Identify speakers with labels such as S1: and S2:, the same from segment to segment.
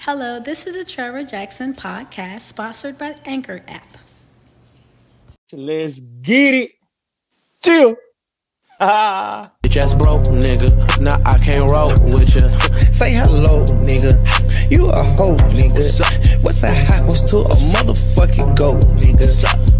S1: Hello, this is the Trevor Jackson podcast sponsored by Anchor app.
S2: Let's get it. Chill. Ah.
S3: Bitch ass broke, nigga. Nah, I can't roll with ya.
S4: Say hello, nigga. You a hoe, nigga. What's a hot was to a motherfucking goat, nigga?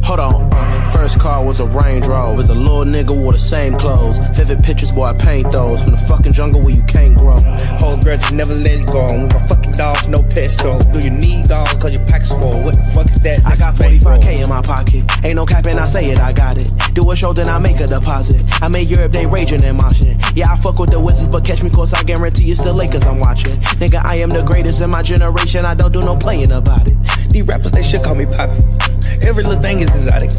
S3: Hold on. uh, First car was a Range Rover. As a little nigga wore the same clothes. Vivid pictures, boy, I paint those. From the fucking jungle where you can't grow.
S4: Whole grudge, never let it go. And With my fucking dogs, no pets though. Do you need dogs cause your pack's full? What the fuck is that?
S3: I got
S4: That's fake, bro.
S3: 45k in my pocket. Ain't no cap and I say it, I got it. Do a show, then I make a deposit. I made Europe, they raging and moshing. Yeah, I fuck with the Wizards, but catch me close, I guarantee it's the Lakers I'm watching. Nigga, I am the greatest in my generation, I don't do no playing about it.
S4: These rappers, they should call me poppy. Every little thing is exotic.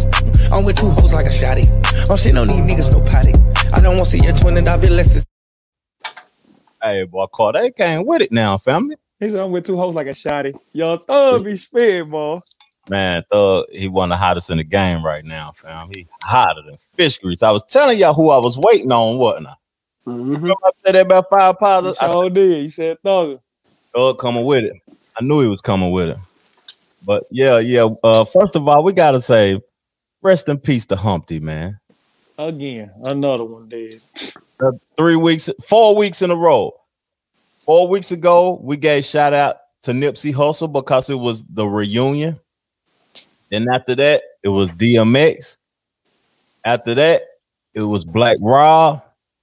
S4: I'm with two hoes like a shotty. I'm shitting on these niggas, no potty. I don't wanna see your twin and I'll be less than
S5: Hey, boy, Carl, they came with it now, family.
S2: He's on with two hoes like a shotty. Y'all thug be spared, boy.
S5: Man, Thug, he one of the hottest in the game right now, fam. He hotter than fish grease. I was telling y'all who I was waiting on, wasn't I?
S2: Mm-hmm.
S5: Remember I said that about five
S2: You
S5: positive. I
S2: sure did. You said thug.
S5: Thug coming with it. I knew he was coming with it. But yeah, yeah. Uh, first of all, we gotta say, rest in peace to Humpty, man.
S2: Again, another one dead.
S5: Uh, three weeks, four weeks in a row. Four weeks ago, we gave shout out to Nipsey Hussle because it was the reunion. Then after that, it was DMX. After that, it was Black Raw.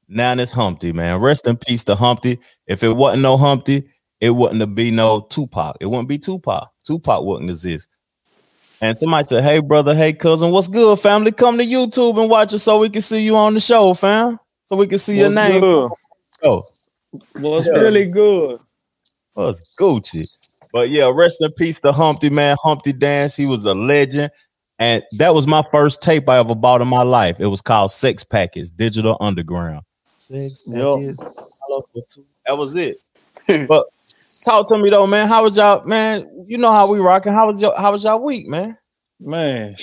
S5: Now it's Humpty, man. Rest in peace to Humpty. If it wasn't no Humpty, it wouldn't be no Tupac. It wouldn't be Tupac. Tupac wouldn't exist. And somebody said, "Hey, brother. Hey, cousin. What's good, family? Come to YouTube and watch us so we can see you on the show, fam. So we can see your
S2: What's
S5: name.
S2: good?
S5: Oh,
S2: What's
S5: Yeah.
S2: really good?
S5: was Gucci. But yeah, rest in peace to Humpty, man. Humpty Dance. He was a legend. And that was my first tape I ever bought in my life. It was called Sex Packets Digital Underground. Sex
S2: Yup.
S5: Packets. That was it. but talk to me though, man. How was y'all, man? You know how we rocking. How was your how was y'all week, man?
S2: Man,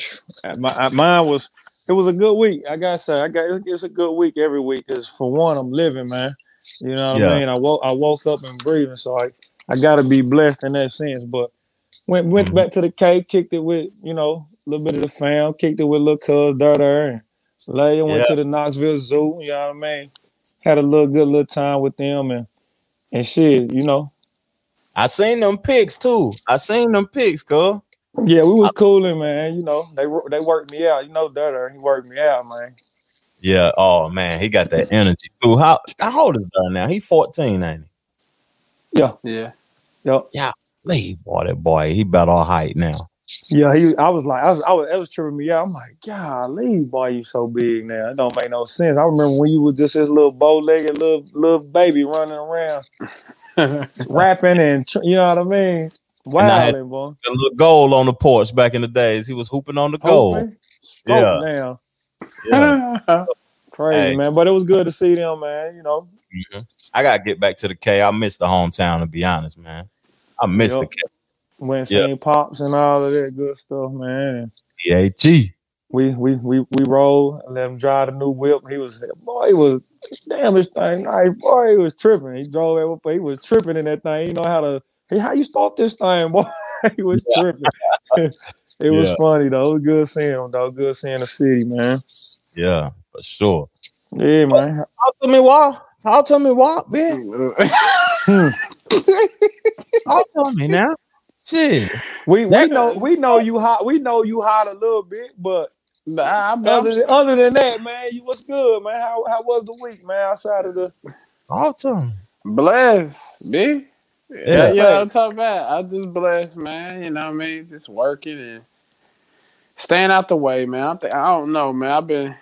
S2: my I, mine was it was a good week. I gotta say, I got it's, it's a good week every week. Cause for one, I'm living, man. You know what I
S5: Yeah.
S2: mean? I woke I woke up and breathing, so I I gotta be blessed in that sense. But went went
S5: Mhm.
S2: back to the cave, kicked it with you know a little bit of the fam, kicked it with little cuz Durder, and later went to the Knoxville Zoo. You know what I mean? Had a little good little time with them and and shit. You know,
S5: I seen them pics too. I seen them pics, cuz.
S2: yeah, we was cooling, man. You know, they wor- they worked me out. You know, Durder, he worked me out, man.
S5: Yeah. Oh man, he got that energy too. How how old is that now? He 14, ain't he?
S2: Yeah. Yo,
S5: Leave boy, that boy. He about our height now.
S2: yeah, he. I was like, I was, I was, that was tripping me out. I'm like, golly, boy, you so big now. It don't make no sense. I remember when you was just this little bow legged little little baby running around, rapping and tr- you know what I mean,
S5: I had
S2: wilding, boy.
S5: The little goal on the porch back in the days. He was hooping on the goal.
S2: Hoping, stroke
S5: Yeah.
S2: down,
S5: Yeah.
S2: crazy
S5: Hey.
S2: man. But it was good to see them, man. You know,
S5: Mhm. I gotta get back to the K. I miss the hometown to be honest, man. I miss
S2: Yup.
S5: the
S2: went
S5: Yeah.
S2: seeing pops and all of that good stuff, man.
S5: K. A. G.
S2: we we we we rolled, let him drive the new whip. He was boy, he was damn this thing. Like, boy, he was tripping. He drove that whip, but he was tripping in that thing. He know how to hey, how you start this thing, boy. he was tripping. it was
S5: Yeah.
S2: funny though. It was good seeing him though. Good seeing the city, man.
S5: Yeah, for sure.
S2: Yeah, man.
S5: Talk to me, why? Talk to me, why, man.
S2: Hmm.
S5: Talk to me now. Shit.
S2: We we know we know you hot. We know you hot a little bit, but
S6: Nah, I'm,
S2: other
S6: I'm,
S2: than, other than that, man, you was good, man. How how was the week, man? Outside of the
S5: Talk to me.
S6: blessed, B.
S5: Yeah.
S6: Yeah, yeah, I'm
S2: Facts.
S6: talking about. I just blessed, man. You know what I mean? Just working and staying out the way, man. I, think, I don't know, man. I've been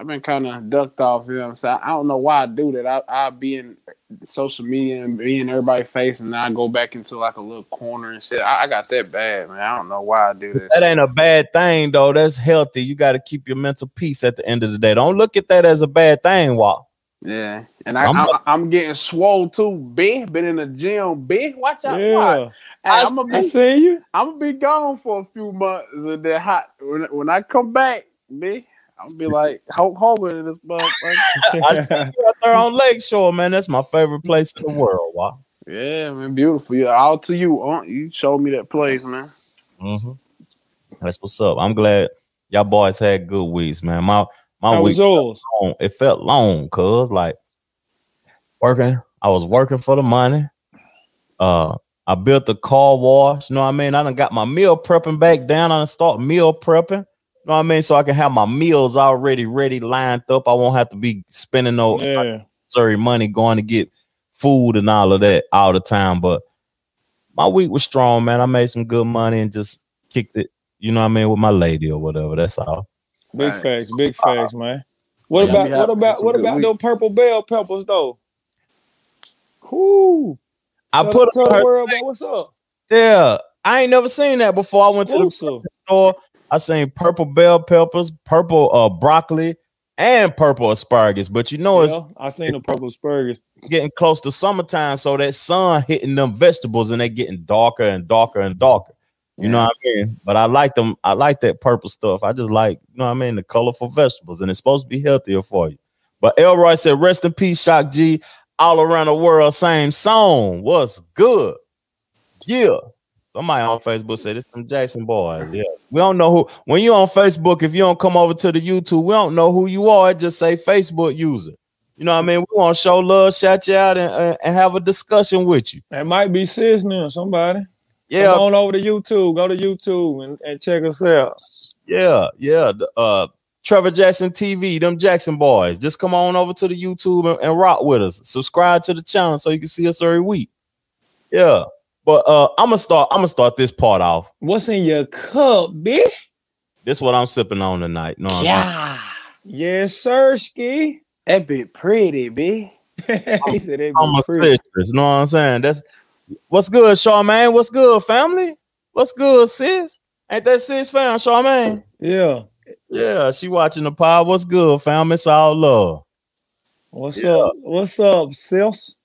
S6: I've been kind of ducked off him, so I, I don't know why I do that. I I be in social media and be in everybody's face, and then I go back into like a little corner and shit. I, I got that bad, man. I don't know why I do that.
S5: That ain't a bad thing though. That's healthy. You got to keep your mental peace at the end of the day. Don't look at that as a bad thing, Walt.
S6: Yeah, and I,
S5: I'm-
S6: I'm, I'm, getting swole too, B. Been in the gym, B. Watch out, watch.
S2: yeah,
S6: Hey, I'm gonna
S2: I
S6: be
S2: seen you.
S6: I'm gonna be gone for a few months, and then hot when, when I come back, me, I'm gonna be like Hulk Hogan in this motherfucker.
S5: I see you out there on Lakeshore, man. That's my favorite place in the world. Wow.
S6: Yeah, man, beautiful. Yeah, all to you. huh? You showed me that place, man.
S5: hmm That's what's up. I'm glad y'all boys had good weeks, man. My my
S2: How
S5: week
S2: was yours?
S5: long. It felt long, cuz like working. I was working for the money. Uh I built the car wash. You know what I mean? I done got my meal prepping back down. I done start meal prepping. You know what I mean? So I can have my meals already ready lined up. I won't have to be spending no
S2: Yeah.
S5: unnecessary money going to get food and all of that all the time. But my week was strong, man. I made some good money and just kicked it, you know what I mean, with my lady or whatever. That's all.
S2: Big
S6: Facts. Uh,
S2: facts, big facts, man. What
S6: Yeah,
S2: about
S6: we
S2: what
S6: have
S2: about
S6: some
S2: what
S6: good
S2: about
S6: week.
S2: them purple bell peppers though? Whoo!
S5: I
S2: Tell-
S5: put
S2: tell
S5: up
S2: the
S5: her
S2: world about what's up.
S5: there. I ain't never seen that before. I went to the
S2: Exclusive.
S5: store. I seen purple bell peppers, purple uh broccoli, and purple asparagus. But you know
S2: Yeah, I seen the purple asparagus.
S5: it's getting close to summertime, so that sun hitting them vegetables and they getting darker and darker and darker. You know what I mean? But I like them. I like that purple stuff. I just like, you know what I mean, the colorful vegetables, and it's supposed to be healthier for you. But Elroy said, "Rest in peace, Shock G." All around the world, same song. What's good? Yeah. Somebody on Facebook said it's some Jackson boys. Yeah. We don't know who. When you on Facebook, if you don't come over to the YouTube, we don't know who you are. It just say Facebook user. You know what I mean? We want to show love, shout you out, and, and- and have a discussion with you.
S2: That might be sis now, somebody.
S5: Yeah,
S2: Come on over to YouTube. Go to YouTube and, and check us out.
S5: yeah, yeah. The, Uh, Trevor Jackson TV, them Jackson boys. Just come on over to the YouTube and, and rock with us. Subscribe to the channel so you can see us every week. Yeah. But uh, I'm gonna start. I'm gonna start this part off.
S2: What's in your cup, bitch?
S5: This what I'm sipping on tonight. You know what I'm saying?
S6: Yeah,
S2: Yes, sir, ski.
S6: that bit pretty, b.
S2: he said they
S5: I'm
S2: be
S5: a
S2: pretty.
S5: citrus. You know what I'm saying? That's what's good, Charmaine. What's good, family? What's good, sis? Ain't that sis fam, Charmaine?
S2: Yeah.
S5: Yeah, she watching the pod. What's good, fam? It's all love.
S2: What's
S5: Yeah.
S2: up? What's up, sis?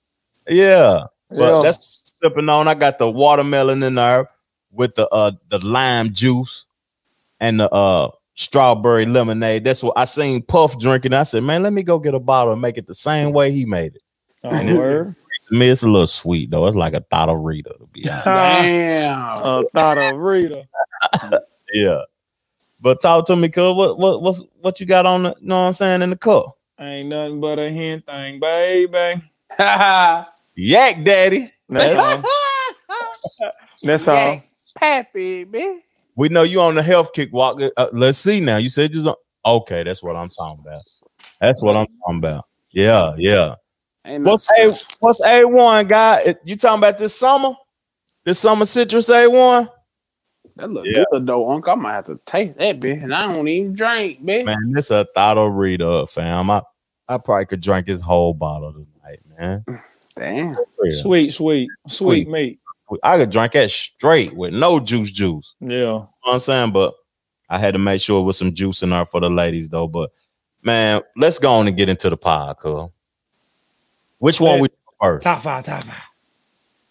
S5: Yeah. Well,
S2: Yeah.
S5: that's sipping on. I got the watermelon in there with the uh the lime juice and the uh strawberry lemonade. That's what I seen Puff drinking. I said, man, let me go get a bottle and make it the same way he made it.
S2: Oh, word.
S5: I mean, it's a little sweet though. It's like a bottle Rita to be honest.
S6: Damn.
S2: Uh, thought of Rita.
S5: Yeah. But talk to me, cuz what what what's what you got on the you know what I'm saying in the cup?
S2: Ain't nothing but a hen thing, baby.
S5: Yak daddy.
S2: That's all. That's all.
S6: Pappy, b.
S5: We know you on the health kick walk. Uh, let's see now. You said you're okay, that's what I'm talking about. That's what I'm talking about. Yeah, yeah.
S6: Ain't no-
S5: What's A what's A1 guy? It- You talking about this summer? This summer citrus A1?
S6: that look
S5: Yeah.
S6: good though, Uncle. I might have to taste that bit, and I don't even drink, b.
S5: Man, this a thottle reader up, fam. I, I probably could drink this whole bottle tonight, man.
S6: Damn.
S2: Sweet, sweet, sweet
S5: Sweet.
S2: meat.
S5: I could drink that straight with no juice juice.
S2: Yeah.
S5: know what I'm saying? But I had to make sure it was some juice in there for the ladies, though. But man, let's go on and get into the pod, cuz. Which one we doing first?
S2: Top five, top five.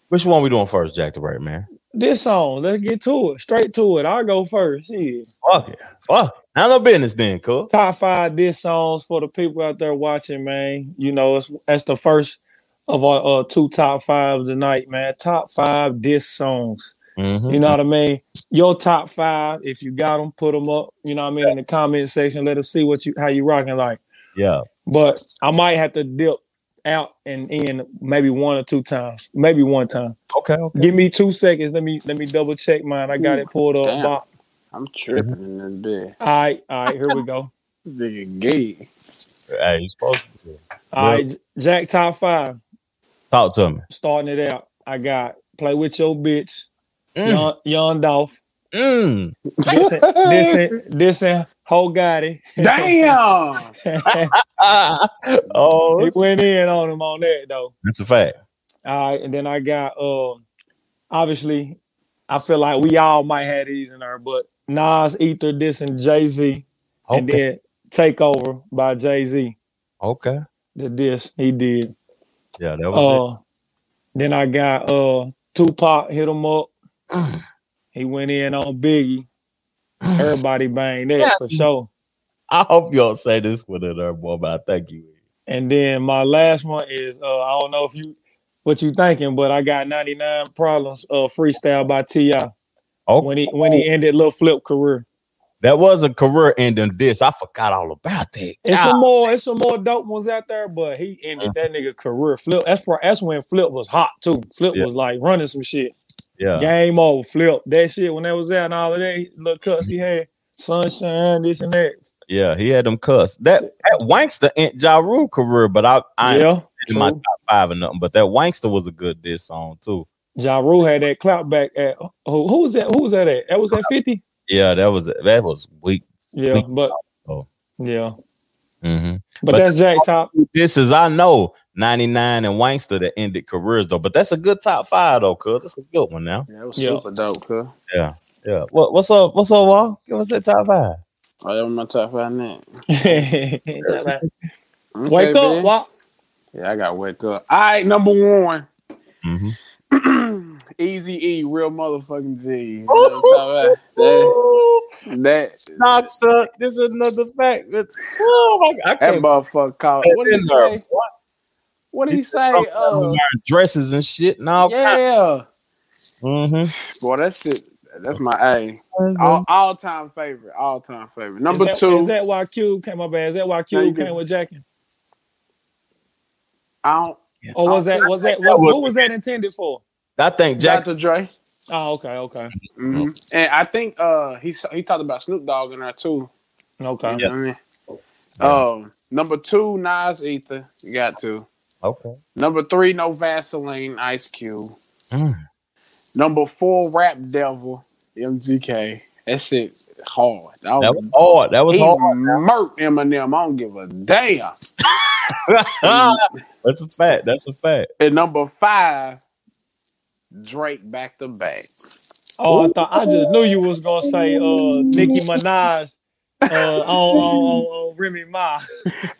S5: Which one we doing first, Jack the Right Man?
S2: This song, let's get to it. Straight to it. I'll go first. Yeah.
S5: Fuck it. Fuck. Now no business then, cuz.
S2: Top five diss songs for the people out there watching, man. You know, it's that's the first of our uh, two top five tonight, man. Top five diss songs.
S5: Mhm.
S2: You know what I mean? Your top five, if you got them, put them up. You know what I mean? In the comment section, let us see what you how you rocking like.
S5: Yeah.
S2: But I might have to dip out and in maybe one or two times, maybe one time.
S5: Okay. okay.
S2: Give me two seconds. Let me let me double check mine. I got it pulled up.
S6: Damn.
S2: Bop.
S6: I'm tripping in this bit.
S2: All right, all right, here we go.
S6: This nigga gay.
S5: Hey, you supposed to
S2: All right, Jack, top five.
S5: talk to me.
S2: Starting it out. I got play with your bitch,
S5: Mm.
S2: Young, Young Dolph,
S5: Mm.
S2: this and this and this and Ho Gotti.
S6: Damn.
S5: Ah.
S2: he
S5: oh,
S2: went in on him on that though.
S5: that's a fact.
S2: All right, and then I got um obviously I feel like we all might have these in there, but Nas, Ether, this and Jay Z, and then
S5: Okay.
S2: Takeover by Jay Z.
S5: Okay.
S2: The diss he did.
S5: Yeah, that was
S2: Uh, then I got uh Tupac hit him up. he went in on Biggie. Everybody banged that for sure.
S5: it. I hope you don't say this with it, boy, but I think you.
S2: And then my last one is uh I don't know if you what you thinking, but I got 99 problems uh freestyle by T.I.
S5: Oh,
S2: when he when he ended Lil Flip career.
S5: that was a career ending diss. I forgot all about that.
S2: It's
S5: God.
S2: some more it's some more dope ones out there, but he
S5: Uh-huh.
S2: ended that nigga career. Flip that's pro- that's when Flip was hot too. Flip
S5: Yeah.
S2: was like running some shit.
S5: yeah.
S2: Game over, Flip. That shit when that was out and all of that little
S5: Mm-hmm.
S2: cuts he had, sunshine, this and that.
S5: Yeah, he had them cuss. That that Wankster ain't Ja Rule career, but I I ain't
S2: yeah.
S5: in my
S2: true.
S5: top five or nothing. But that Wankster was a good diss song too.
S2: Ja Rule had that clout back at who, who was that? Who was that at? That was at 50?
S5: Yeah, that was that was weak.
S2: Yeah, but
S5: Oh.
S2: yeah.
S5: Mhm.
S2: But,
S5: But-
S2: that's Jack Top.
S5: This is I know 99 and Wankster that ended careers though. But that's a good top five though, cuz that's a good one now.
S6: That was
S2: Yeah.
S6: super dope, cuz.
S5: Yeah. What what's up? What's up, Wall? Give us that top five.
S6: I am my top five now.
S2: Wake
S6: Okay,
S2: up,
S6: Ben.
S2: Wop.
S6: Yeah, I gotta wake up. All right, number one.
S5: Mhm.
S6: Mm-hmm. Easy E, real motherfucking G. You know what I'm talking about? That, that,
S5: Knockster, this is another fact. That, oh my god, I
S6: that
S5: can't
S6: motherfucker called. What did he say? What did he say? Uh,
S5: dresses and shit and all kinds.
S6: yeah.
S5: Mhm.
S6: Boy, that's it. That's my A. All, all time favorite. All time favorite. Number
S2: is that,
S6: two.
S2: Is that why Cube came? My bad. Is that why
S6: you
S2: Cube
S6: good.
S2: came with Jackie?
S6: I don't.
S2: Or was that was that was, what was that intended for?
S5: I think Jack
S6: Dr. Dre.
S2: Oh, okay, okay, Oh.
S6: Mhm. And I think uh he s- he talked about Snoop Dogg in there too.
S2: okay.
S6: You know what I mean? Um, number two, Nas Ether. You got to.
S5: Oh. Okay.
S6: Number three, no Vaseline, Ice Cube.
S5: Mm.
S6: Number four, Rap Devil, MGK. That shit hard. I
S5: That
S6: was,
S5: was hard. That was
S6: he
S5: hard.
S6: murked Eminem. I don't give a damn.
S5: That's a fact. That's a fact.
S6: And number five, Drake back to back.
S2: Oh, I thought I just knew you was gonna say uh Nicki Minaj uh, on, on, on, on Remy Ma.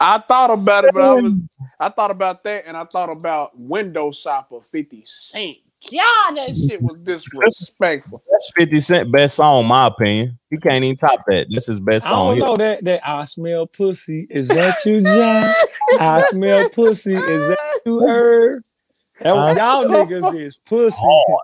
S6: I thought about it, but I was I thought about that and I thought about window shopper 50 Cent. God, that shit was disrespectful.
S5: That's 50 Cent best song, in my opinion. He can't even top that. That's his best
S2: I don't
S5: song.
S2: know that that I smell pussy. Is that you, John? I smell pussy. Is that you, Herb? That was, y'all niggas is pussy.
S5: Hard.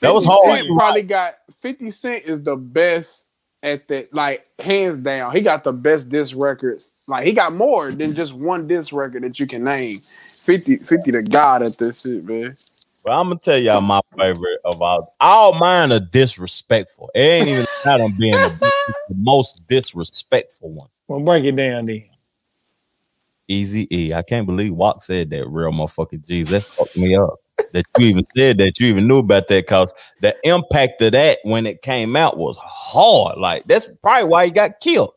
S5: That was
S6: 50
S5: hard.
S6: Cent probably got 50 Cent is the best at that, like hands down. He got the best disc records. Like he got more than just one disc record that you can name. 50, 50 to God at this shit, man.
S5: But I'm gonna tell y'all my favorite of all. All mine are disrespectful. It ain't even about them being the, the most disrespectful ones.
S2: Well, break it down then.
S5: Easy E. I can't believe Walk said that real motherfucking G's. That fucked me up. That you even said that you even knew about that cause the impact of that when it came out was hard. Like that's probably why he got killed.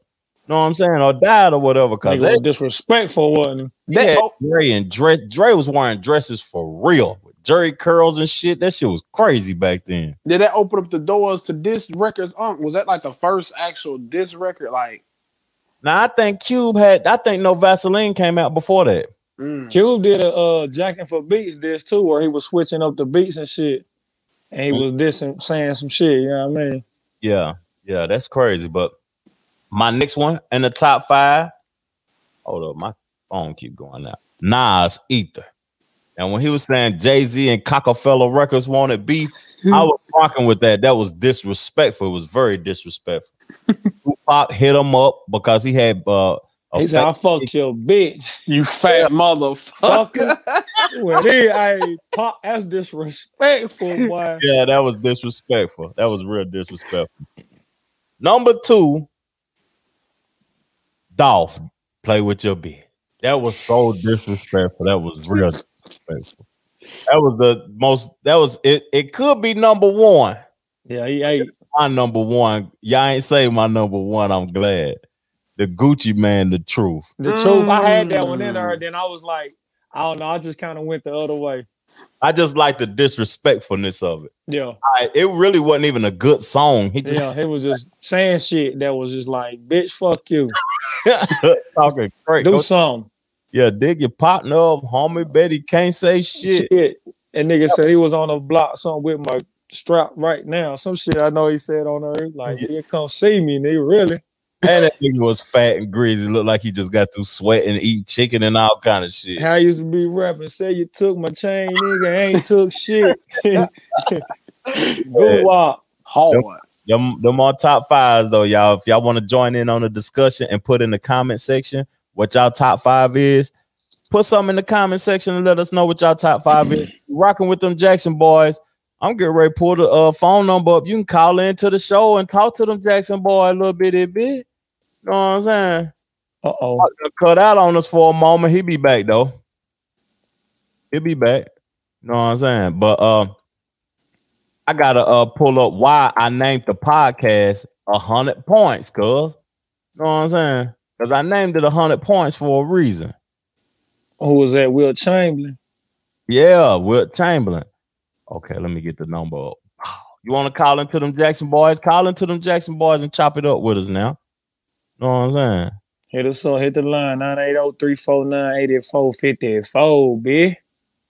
S5: Know what I'm saying? Or died or whatever. Cause
S2: Nigga
S5: that
S2: was disrespectful, wasn't he?
S5: They
S6: That-
S5: had
S6: oh.
S5: Dre and dress. Dre was wearing dresses for real, with jerry curls and shit. That shit was crazy back then.
S6: Did that open up the doors to disc records? Um, was that like the first actual disc record? Like,
S5: Now I think Cube had. I think No Vaseline came out before that.
S6: mm,
S2: Cube did a uh, jacking for beats disc too, where he was switching up the beats and shit, and he was dissing, saying some shit. You know what I mean?
S5: Yeah, yeah, that's crazy. But my next one in the top five. Hold up, my phone keep going out. Nas Ether. And when he was saying Jay Z and Cockefeller Records wanted beef, I was rocking with that. That was disrespectful. It was very disrespectful. Tupac hit him up because he had uh, a
S2: He said, "I
S5: fake-
S2: fucked your bitch,
S6: you fat motherfucker.
S2: fucker." well, then, hey, pop, that's disrespectful, boy.
S5: yeah, that was disrespectful. That was real disrespectful. Number two, Dolph, play with your bid. That was so disrespectful. That was real disrespectful. That was the most. That was it. It could be number one.
S2: Yeah, he ate.
S5: My number one. Y'all ain't say my number one. I'm glad. The Gucci man, the truth.
S2: The truth, I had that one in there. Then I was like, I don't know. I just kind of went the other way.
S5: I just like the disrespectfulness of it.
S2: Yeah,
S5: I, it really wasn't even a good song. He just
S2: yeah. He was just saying shit that was just like, "Bitch, fuck you,
S5: talking crazy.
S2: do something."
S5: Yeah, dig your partner up, homie. Betty can't say shit.
S2: Shit. And nigga said he was on a block something with my strap right now. Some shit I know he said on her. Like, you come see me, nigga. Really?
S5: And that nigga was fat and greasy. Looked like he just got through sweating, eating chicken and all kind of shit.
S2: How I used to be rapping, say you took my chain, nigga, ain't took shit. Good walk.
S6: Hard.
S5: Them, them are top fives though, y'all. If y'all want to join in on the discussion and put in the comment section what y'all top five is, put something in the comment section and let us know what y'all top five is. Rocking with them Jackson boys. I'm getting ready to pull the uh, phone number up. You can call into the show and talk to them Jackson boy a little bitty bit. You know what I'm saying?
S2: Uh oh.
S5: Cut out on us for a moment. He be back though. He'll be back. You know what I'm saying? But um, I gotta uh pull up why I named the podcast a hundred points, cuz you know what I'm saying? Because I named it a hundred points for a reason.
S2: Uh, Who was that? Will Chamberlain.
S5: Yeah, Will Chamberlain. Okay, let me get the number up. You want to call into them Jackson boys? Call into them Jackson boys and chop it up with us now. You know what I'm saying?
S2: Hit us up. Hit the line oh, 980-349-8454, bitch.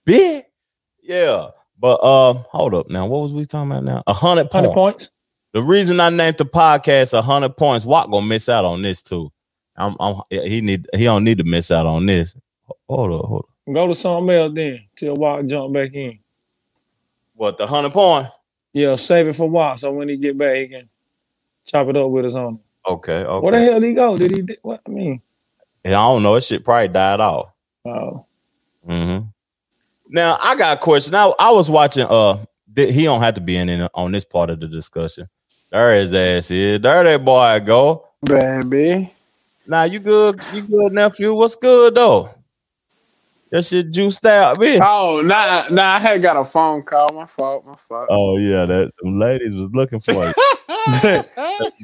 S5: Big. Yeah. But uh, hold up now. What was we talking about now? A hundred
S2: Hundred
S5: points.
S2: points.
S5: The reason I named the podcast hundred points, Watt gonna miss out on this too. I'm, I'm he need he don't need to miss out on this. Hold up, hold up.
S2: Go to something else then. Till Walk jump back in.
S5: What the hundred points?
S2: Yeah, save it for Walk. So when he get back, he can chop it up with us on it.
S5: Okay, okay.
S2: Where the hell did he go? Did he di- what I mean?
S5: And I don't know. It shit probably died off.
S2: Oh.
S5: hmm Now I got a question. Now I was watching. Uh, th- he don't have to be in, in on this part of the discussion. There his ass is. There that boy go.
S6: Baby.
S5: Now you good? You good, nephew? What's good though? That shit juiced out, bitch.
S6: Oh, nah, nah, I had got a phone call. My fault, my fault.
S5: Oh yeah, that them ladies was looking for you.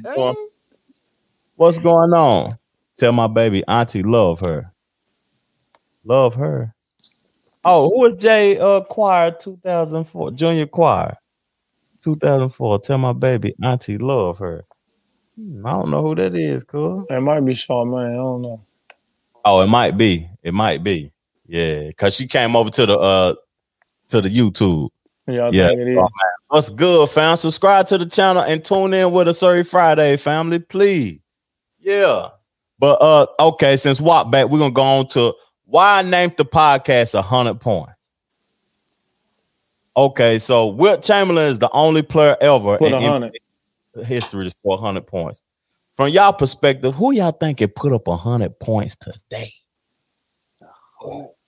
S5: Uh, What's going on? Tell my baby auntie love her. Love her. Oh, who is Jay uh choir 2004? Junior choir 2004. Tell my baby auntie love her. Hmm, I don't know who that is, cool.
S2: It might be Shaw, man. I don't know.
S5: Oh, it might be. It might be. Yeah, cuz she came over to the uh to the YouTube.
S2: Yeah, I
S5: Yeah.
S2: think it is.
S5: Oh, man. What's good, fam? Subscribe to the channel and tune in with us every Friday, family. Please. Yeah. But uh, okay, since Wap back, we're gonna go on to why I named the podcast hundred points. Okay, so Wilt Chamberlain is the only player ever
S2: Put
S5: in
S2: a hundred.
S5: NBA history to score hundred points. From y'all perspective, who y'all think can put up hundred points today?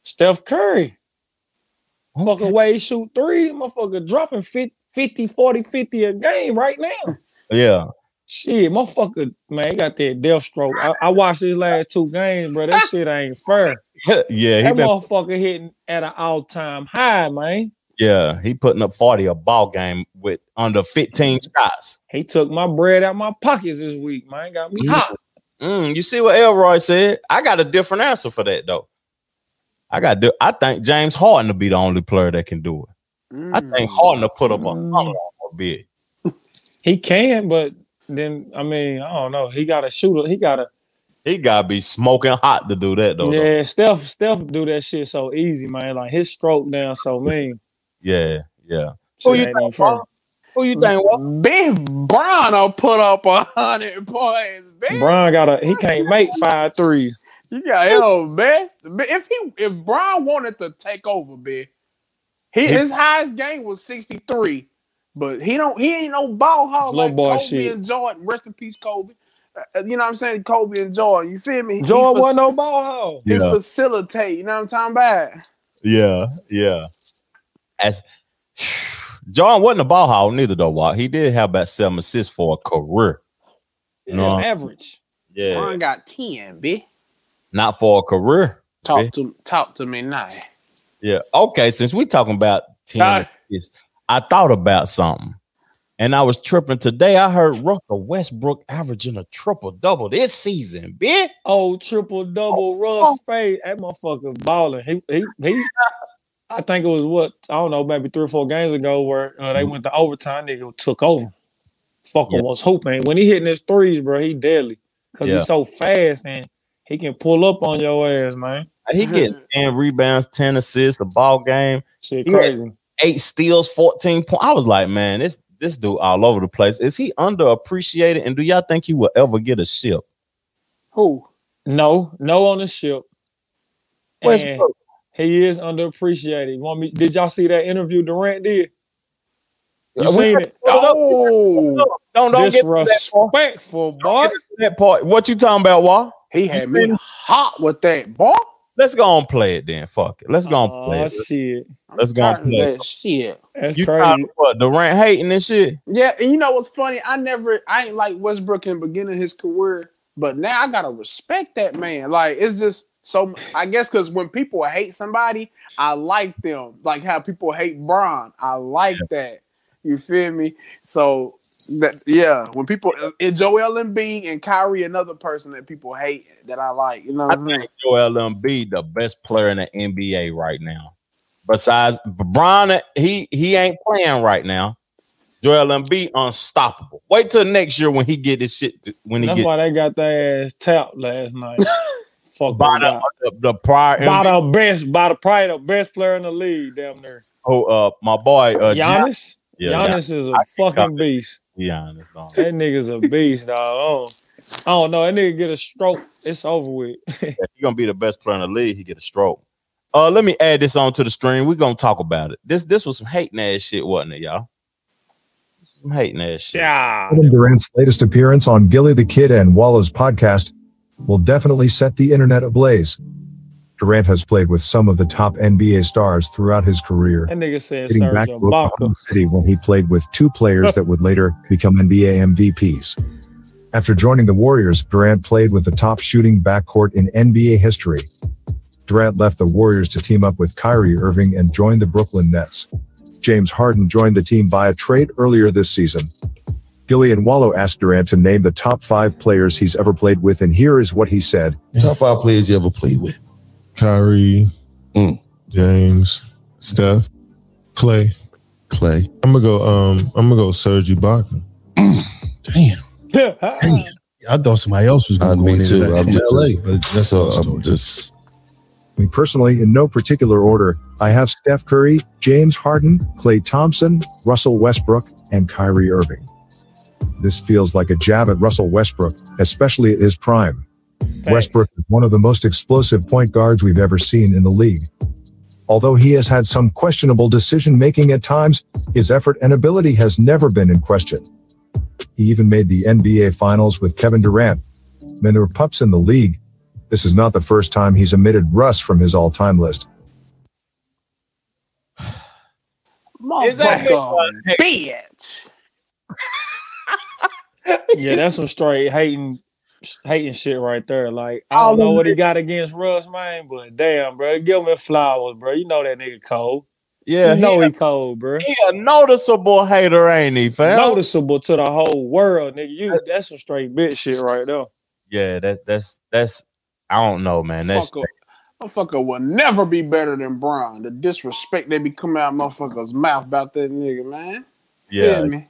S2: Steph Curry. Fucking
S5: Okay.
S2: way he shoot three. Motherfucker dropping 50, 50, 40, 50 a game right now.
S5: Yeah,
S2: Shit, motherfucker, man, he got that death stroke. I, I watched his last two games, bro. That shit ain't fair.
S5: yeah, he
S2: That
S5: been,
S2: motherfucker hitting at an all time high, man.
S5: yeah, he putting up forty a ball game with under fifteen shots.
S2: He took my bread out my pockets this week, man. Got me hot.
S5: Mm, you see what Elroy said? I got a different answer for that though. I got. Di- I think James Harden will be the only player that can do it. I
S6: Mm.
S5: think Harden will put up a hundred on a bit.
S2: He can, but then I mean, I don't know. He got a shooter. He got a
S5: He gotta be smoking hot to do that though. though. Yeah,
S2: yeah. Steph, Steph do that shit so easy, man. Like his stroke down so mean.
S5: yeah. yeah.
S2: Shit
S5: Who you
S2: ain't even
S5: think?
S2: fair.
S5: Walt? Who you think? Walt?
S6: Big Brown will put up a hundred points, bitch.
S2: Brian got a he can't make five threes.
S6: You got hell, man. If he if Brown wanted to take over, bitch, he
S5: He-
S6: his highest game was sixty three, but he don't he ain't no ball hog
S2: Little
S6: like
S2: boy
S6: Kobe
S2: shit.
S6: and Jordan. Rest in peace, Kobe. Uh, you know what I'm saying? Kobe and Jordan. You feel me? He
S2: Jordan
S6: fac-
S2: wasn't no ball hog.
S6: He
S5: Yeah,
S6: facilitate. You know what I'm talking about?
S5: yeah, yeah. As John wasn't a ball hog neither though. Walt. He did have about seven assists for a career. No.
S2: Yeah, Average.
S5: Yeah,
S6: Brown got ten, bitch.
S5: not for a career.
S6: Talk
S5: Bitch.
S6: to talk to me now.
S5: Yeah. Okay. Since we talking about ten,
S6: Ah.
S5: assists, I thought about something, and I was tripping today. I heard Russell Westbrook averaging a triple double this season, bitch.
S2: Oh, triple double
S5: Oh.
S2: rough fade. That motherfucker balling. He he he. I think it was what I don't know, maybe three or four games ago where uh, they went to overtime. Nigga took over. Fucker
S5: Mm-hmm. Yeah.
S2: was hooping. When he hitting his threes, bro, he deadly because
S5: Yeah.
S2: he's so fast and he can pull up on your ass, man.
S5: He getting ten rebounds, ten assists, a ball game,
S2: Shit,
S5: Yeah.
S2: crazy.
S5: eight steals, fourteen points. I was like, man, this this dude all over the place. Is he underappreciated? And do y'all think he will ever get a ship?
S6: Who?
S2: No, no on the ship. And
S5: Westbrook.
S2: he is underappreciated. Want me? Did y'all see that interview Durant did? You
S5: Uh, we-
S2: seen it?
S6: Oh,
S5: Don't don't get to that part.
S2: Disrespectful, boy.
S5: Don't get to that part. What you talking about, Wah?
S6: he had me hot with that boy.
S5: Let's go on play it then. Fuck it. Let's go on play
S2: Oh
S5: it.
S2: shit,
S5: Let's go on
S6: Tired of
S5: play it.
S6: that shit.
S2: that's
S5: You
S2: crazy.
S5: trying to what, Durant hating and shit?
S6: Yeah, and you know what's funny? I never, I ain't like Westbrook in the beginning of his career, but now I gotta respect that man. Like it's just so. I guess because when people hate somebody, I like them. Like how people hate Braun, I like that. You feel me? So that yeah, when people uh, and Joel Embiid and Kyrie, another person that people hate that I like. You know
S5: I
S6: what I mean?
S5: think Joel Embiid the best player in the NBA right now. Besides LeBron, he he ain't playing right now. Joel Embiid unstoppable. Wait till next year when he get this shit. When he
S2: That's
S5: get
S2: why they got their ass tapped last night. Fuck
S5: by the,
S2: by
S5: the, the prior
S2: the, by the best, by the probably the best player in the league, damn near.
S5: oh, uh, my boy uh, Gian-
S2: Giannis,
S5: yeah, Gian-
S2: Giannis is a
S5: I see
S2: fucking
S5: Giannis.
S2: beast.
S5: Giannis, dog.
S2: That nigga's a beast, dog. I don't, I don't know. That nigga get a stroke, it's over with.
S5: if you're gonna be the best player in the league, he get a stroke. Uh, let me add this on to the stream. We're gonna talk about it. This this was some hating ass shit, wasn't it, y'all? Some hating ass shit.
S2: yeah.
S7: Kevin Durant's latest appearance on Gilly the Kid and Wallow's podcast will definitely set the internet ablaze. Durant has played with some of the top NBA stars throughout his career,
S2: That nigga said
S7: getting back to
S2: Sergio Baca.
S7: Oklahoma City when he played with two players that would later become NBA MVPs. After joining the Warriors, Durant played with the top shooting backcourt in NBA history. Durant left the Warriors to team up with Kyrie Irving and join the Brooklyn Nets. James Harden joined the team by a trade earlier this season. Gillian Wallow asked Durant to name the top five players he's ever played with, and here is what he said.
S8: Top five players you ever played with. Kyrie,
S9: Mm.
S8: James, Steph, Clay.
S9: Clay.
S8: I'm gonna go. Um, I'm gonna go Serge Ibaka.
S9: Damn.
S8: I thought somebody else was
S9: Uh,
S8: gonna go
S9: me
S8: in
S9: too.
S8: there
S9: I'm
S8: in
S9: just-
S8: LA, but that's
S9: so
S8: another
S9: I'm
S8: story.
S9: just
S7: Me personally, in no particular order, I have Steph Curry, James Harden, Klay Thompson, Russell Westbrook, and Kyrie Irving. This feels like a jab at Russell Westbrook, especially at his prime. Westbrook is one of the most explosive point guards we've ever seen in the league. Although he has had some questionable decision making at times, his effort and ability has never been in question. He even made the NBA finals with Kevin Durant. Men who are pups in the league. This is not the first time he's omitted Russ from his all time list.
S5: Exactly.
S6: Motherfucker, bitch.
S2: Yeah, that's some straight hating, hating shit right there. Like I don't know what he got against Russ, man, but damn, bro, give him flowers, bro. You know that nigga cold.
S5: Yeah,
S2: you
S5: he
S2: know he, cold, bro.
S5: He a noticeable hater, ain't he, fam?
S2: Noticeable to the whole world, nigga. You that's some straight bitch shit right there.
S5: yeah, that that's that's I don't know, man. That's
S6: Motherfucker, motherfucker will never be better than Brown. The disrespect they be coming out motherfuckers' mouth about that nigga, man.
S5: yeah,
S6: Feel me?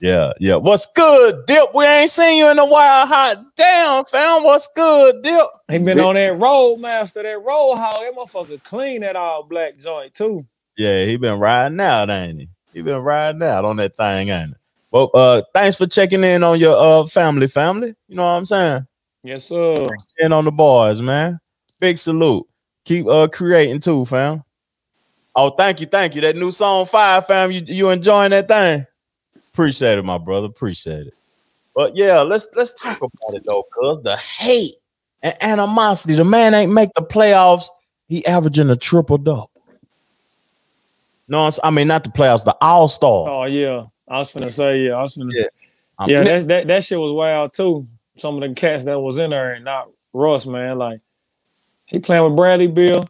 S5: yeah, yeah. What's good, Dip? We ain't seen you in a while. Hot damn, fam. What's good, Dip?
S2: He been on that road master, that road hog. That motherfucker clean that all black joint too.
S5: Yeah, he been riding out, ain't he? He been riding out on that thing, ain't he? Well, uh, thanks for checking in on your uh family, family. You know what I'm saying?
S2: Yes, sir.
S5: In on the boys, man. Big salute. Keep uh creating too, fam. Oh, thank you, thank you. That new song fire, fam. You you enjoying that thing? Appreciate it, my brother. Appreciate it. But yeah, let's let's talk about it though, cuz the hate and animosity. The man ain't make the playoffs. He averaging a triple double. No, I'm s- I mean not the playoffs, the all star.
S2: Oh yeah, I was gonna say yeah. I was gonna
S5: Yeah.
S2: say yeah. That that that shit was wild too. Some of the cats that was in there and not Russ, man. Like he playing with Bradley Bill,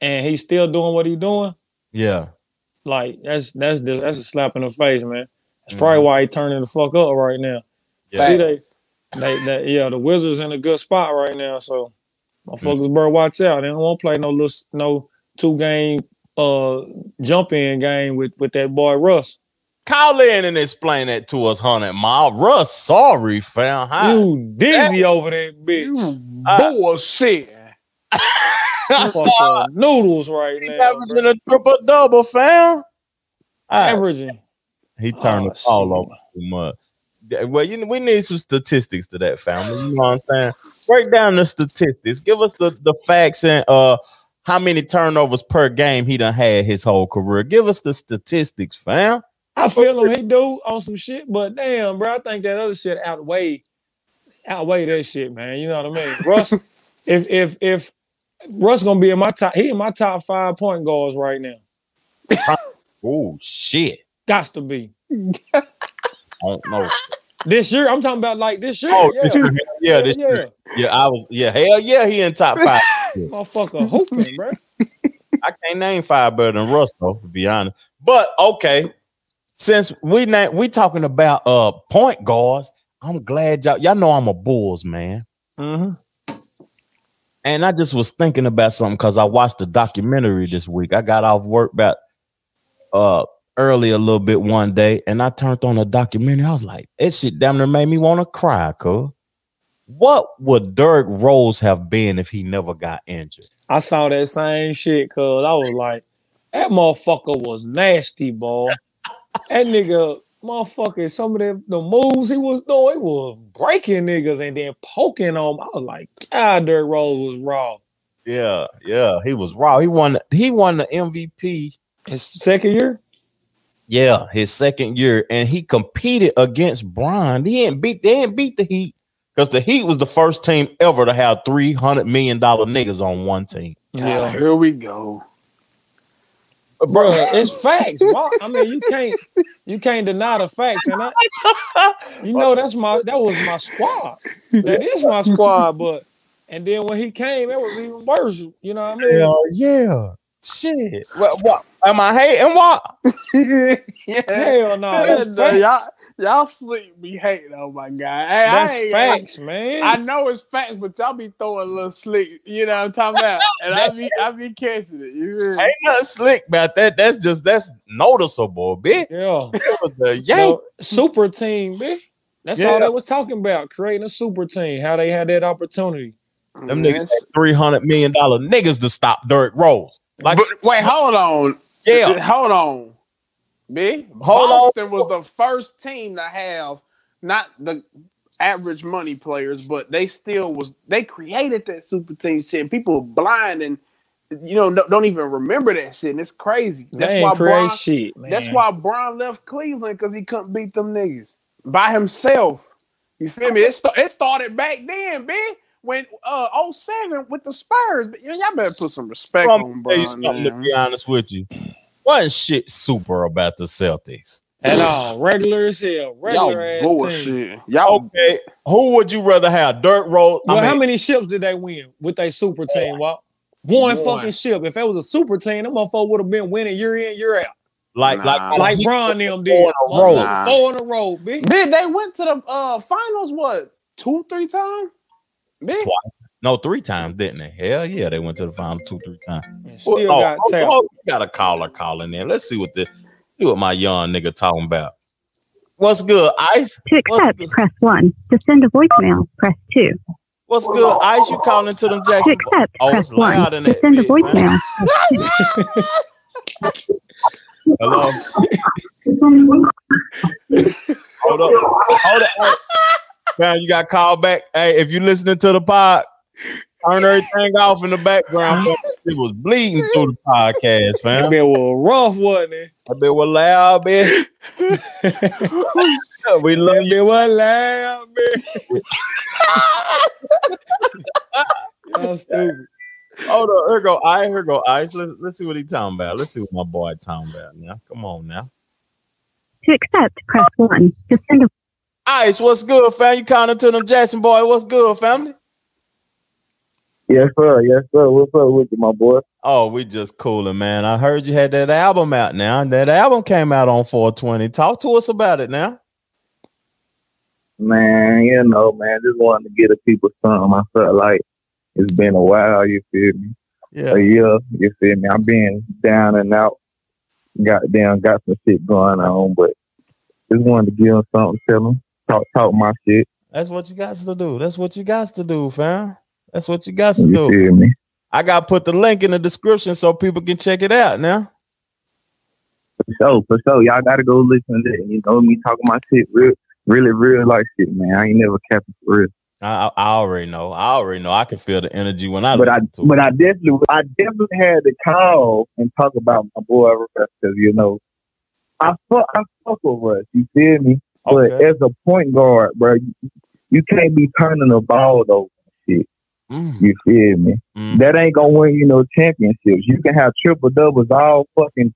S2: and he's still doing what he doing.
S5: Yeah.
S2: Like that's that's the- that's a slap in the face, man. That's probably why he turning the fuck up right now. See
S5: Yeah.
S2: they, they, they yeah, the Wizards in a good spot right now. So motherfuckers, bro, watch out. They don't want to play no little no two game uh jump in game with with that boy Russ.
S5: Call in and explain that to us, hundred mile. Russ, sorry, fam. Hi.
S2: You dizzy over that bitch.
S6: Bullshit.
S2: Fucking noodles right
S5: He
S2: now.
S5: averaging
S2: bro.
S5: a triple double, fam. All right.
S2: Averaging.
S5: Ah, He
S6: Oh,
S5: turned the ball
S6: shoot.
S5: over too much. Yeah, Well, you we need some statistics to that family. You know what I'm saying? Break down the statistics. Give us the, the facts and uh how many turnovers per game he done had his whole career. Give us the statistics, fam.
S2: I feel him. He do on some shit, but damn, bro, I think that other shit outweigh outweigh that shit, man. You know what I mean? Russ, if if if Russ gonna be in my top, he in my top five point guards right now.
S5: Oh shit.
S2: Gots to be
S5: I don't know.
S2: this year. I'm talking about like this year.
S5: Oh,
S2: yeah,
S5: this year. yeah, this
S2: yeah.
S5: year. yeah, I was yeah, hell yeah, he in top five.
S2: motherfucker hooping, bro.
S5: I can't name five better than Russ, though, to be honest. But okay, since we na- we talking about uh point guards, I'm glad y'all y'all know I'm a Bulls man.
S2: Mm-hmm.
S5: And I just was thinking about something because I watched a documentary this week. I got off work about uh early a little bit one day, and I turned on a documentary. I was like, that shit damn near made me want to cry, cuz. What would Dirk Rose have been if he never got injured?
S2: I saw that same shit, cause I was like, that motherfucker was nasty, boy. That nigga, motherfucker, some of the, the moves he was doing, he was breaking niggas and then poking on. 'em. I was like, God, Derrick Rose was raw.
S5: Yeah, yeah, he was raw. He won. He won the MVP.
S2: His second year,
S5: Yeah, his second year, and he competed against Brian. He didn't beat. They didn't beat the Heat because the Heat was the first team ever to have three hundred million dollar niggas on one team.
S6: Yeah, here we go.
S2: bro, it's facts. Why- I mean, you can't you can't deny the facts, and I, you know that's my that was my squad. That is my squad, but and then when he came, that was even worse. You know what I mean?
S5: yeah. Shit. What? what? Am I hating? What?
S6: yeah.
S2: Hell no, Oh, that's
S6: No,
S2: facts.
S6: y'all, y'all sleep be hating. Oh my god, Hey, I
S2: That's
S6: ain't-
S2: facts,
S6: I
S2: man.
S6: know it's facts, but y'all be throwing a little sleep. You know what I'm talking about? And I be I be catching it. You feel me?
S5: Ain't nothing slick about that. That's just that's noticeable, bitch.
S2: yeah,
S5: It was a yank.
S2: so, super team, man. That's
S5: Yeah.
S2: all they was talking about, creating a super team. How they had that opportunity.
S5: Them niggas had three hundred million dollar niggas to stop Dirk Rose. Like,
S6: But wait, hold on.
S5: yeah,
S6: Hold on. B.
S5: Hold on.
S6: Boston was the first team to have not the average money players, but they still was they created that super team shit. And people are blind and you know no- don't even remember that shit. And it's crazy. That's
S2: they
S6: why
S2: ain't create
S6: Bron,
S2: shit. Man.
S6: that's why Brown left Cleveland because he couldn't beat them niggas by himself. You feel me? It, sta- it started back then, B. When uh 07 with the Spurs, but, you know, y'all better put some respect
S5: I'm
S6: on
S5: gonna tell you
S6: Bron.
S5: something. To
S6: man.
S5: be honest with you, wasn't shit super about the Celtics.
S2: at all regular as hell,
S6: Y'all
S2: regular ass team.
S6: bullshit. Y'all
S5: Okay, who would you rather have? Dirt Road.
S2: Oh. Well,
S5: I mean,
S2: how many ships did they win with their super team? Well, one
S6: One.
S2: fucking ship. If that was a super team, them motherfucker would have been winning year in, year out.
S5: like,
S6: Nah.
S5: like,
S2: Like
S5: he-
S2: Bron them did.
S5: Four in a row.
S2: Motherfucker, Four in a row, bitch.
S6: Did they went to the uh finals? What two, three times? Big?
S5: Twice. No, three times, didn't they? Hell yeah, they went to the final two, three times.
S2: And Still
S5: Oh,
S2: got
S5: oh,
S2: tapped.
S5: oh, we got a caller calling in. Let's see what the see what my young nigga talking about. What's good, Ice?
S10: To
S5: accept,
S10: accept, press 1. To send a voicemail, press 2.
S5: What's good, Ice? You calling to them
S10: To
S5: Jackson?
S10: accept,
S5: Oh, it's
S10: press 1.
S5: loud in
S10: To
S5: that
S10: send a
S5: bitch, man.
S10: voicemail.
S11: Oh,
S5: Hello. Hold up. Hold up. Hey, Now you got called back. Hey, if you listening to the pod, turn everything off in the background. man. It was bleeding through the podcast, fam.
S2: That
S5: I bet
S2: bit was rough, wasn't it?
S5: it was loud, man. we love
S2: That
S5: you.
S2: bit was loud, bitch. Y'all stupid.
S5: Hold on. Here go I. Here go Ice. Let's let's see what he talking about. Let's see what my boy talking about now. Come on now.
S10: To accept, press 1. To send a
S5: Ice, what's good, fam? You calling to them Jackson boy? What's good, family?
S11: Yes, sir. Yes, sir. What's up with you, my boy?
S5: Oh, we just cooling, man. I heard you had that album out now. That album came out on 420. Talk to us about it now.
S11: Man, you know, man, just wanted to get the people something. I felt like it's been a while, you feel me?
S5: Yeah.
S11: A year, you feel me? I'm being down and out. Goddamn, got some shit going on, but just wanted to give them something, tell them, talk, talk my shit,
S5: That's what you got to do. That's what you got to do, fam. That's what you got to
S11: you
S5: do.
S11: feel me?
S5: I got to put the link in the description so people can check it out now.
S11: For sure, for sure. Y'all gotta go listen to that. You know me talking my shit real, really real like shit, man. I ain't never capping for real.
S5: I, I- I already know. I already know. I can feel the energy when I.
S11: but I,
S5: listen to
S11: but
S5: it.
S11: I definitely, I definitely had to call and talk about my boy because you know, I fuck, I fuck with Russ. You feel me? But as a point guard, bro, you, you can't be turning the ball over. and Shit, you feel me?
S2: Mm.
S11: That ain't gonna win you no championships. You can have triple doubles all fucking.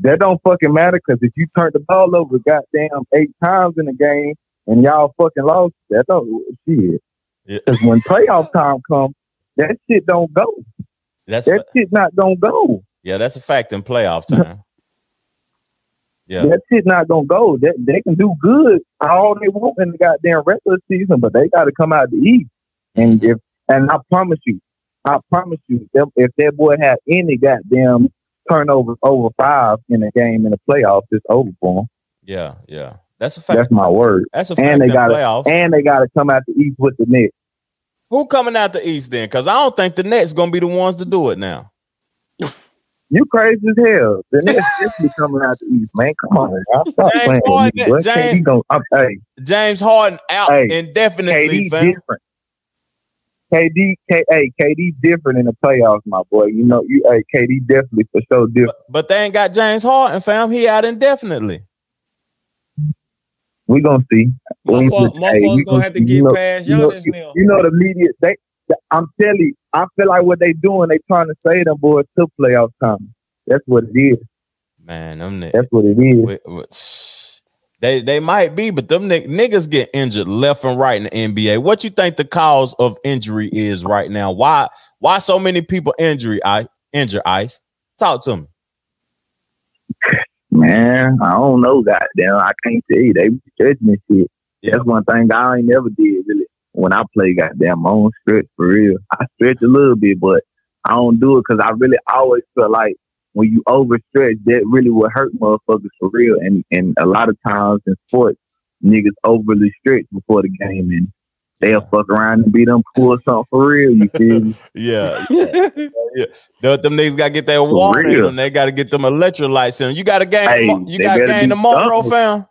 S11: That don't fucking matter because if you turn the ball over, goddamn, eight times in a game and y'all fucking lost, that don't shit. Because when playoff time comes, that shit don't go.
S5: That's
S11: that shit not gonna go.
S5: yeah, that's a fact in playoff time. yeah,
S11: That shit not gonna go. That they can do good all they want in the goddamn regular season, but they got to come out to eat. And if and I promise you, I promise you, if, if that boy had any goddamn turnovers over five in a game in the playoffs, it's over for him.
S5: yeah, yeah. That's a fact.
S11: That's my word.
S5: That's a fact
S11: and they
S5: in
S11: got
S5: playoffs.
S11: to and they got to come out to eat with the Knicks.
S5: Who coming out the East then? Because I don't think the Nets gonna be the ones to do it now.
S11: You crazy as hell. The Knicks definitely coming out the East, man. Come on, y'all. stop
S5: James
S11: playing with me,
S5: Harden,
S11: bro. Can't-
S5: James-
S11: he gonna- I'm- hey,
S5: James Harden out
S11: Hey,
S5: indefinitely,
S11: KD
S5: fam.
S11: different. KD, K, hey, KD different in the playoffs, my boy. You know, you, hey, KD definitely for sure different.
S5: But they ain't got James Harden, fam. He out indefinitely.
S11: We gonna see. We-
S2: Motherfuck-
S11: hey,
S2: motherfuckers
S11: we
S2: gonna have to get
S11: you know,
S2: past
S11: you know,
S2: Giannis now.
S11: You know the media. They, I'm telling you, I feel like what they doing. They trying to say them boys took playoff time. That's what it is.
S5: Man, them Nets.
S11: That's what it is.
S5: They they might be, but them ni- niggas get injured left and right in the NBA. What you think the cause of injury is right now? Why why so many people injury I injure ice? Talk to me.
S11: Man, I don't know, goddamn. I can't tell you. They be judging this shit. That's one thing I ain't never did really. When I play goddamn my own stretch for real, I stretch a little bit, but I don't do it because I really always feel like when you overstretch, that really will hurt motherfuckers for real. And and a lot of times in sports, niggas overly stretch before the game, and they'll fuck around and beat them pull something for real. You feel me?
S5: Yeah. yeah, yeah. The- Them niggas gotta get that water in
S11: real.
S5: them. They gotta get them electrolytes in. You got a game
S11: Hey,
S5: tomo- you
S11: they
S5: got a
S11: better
S5: game
S11: be
S5: tomorrow,
S11: something.
S5: fam.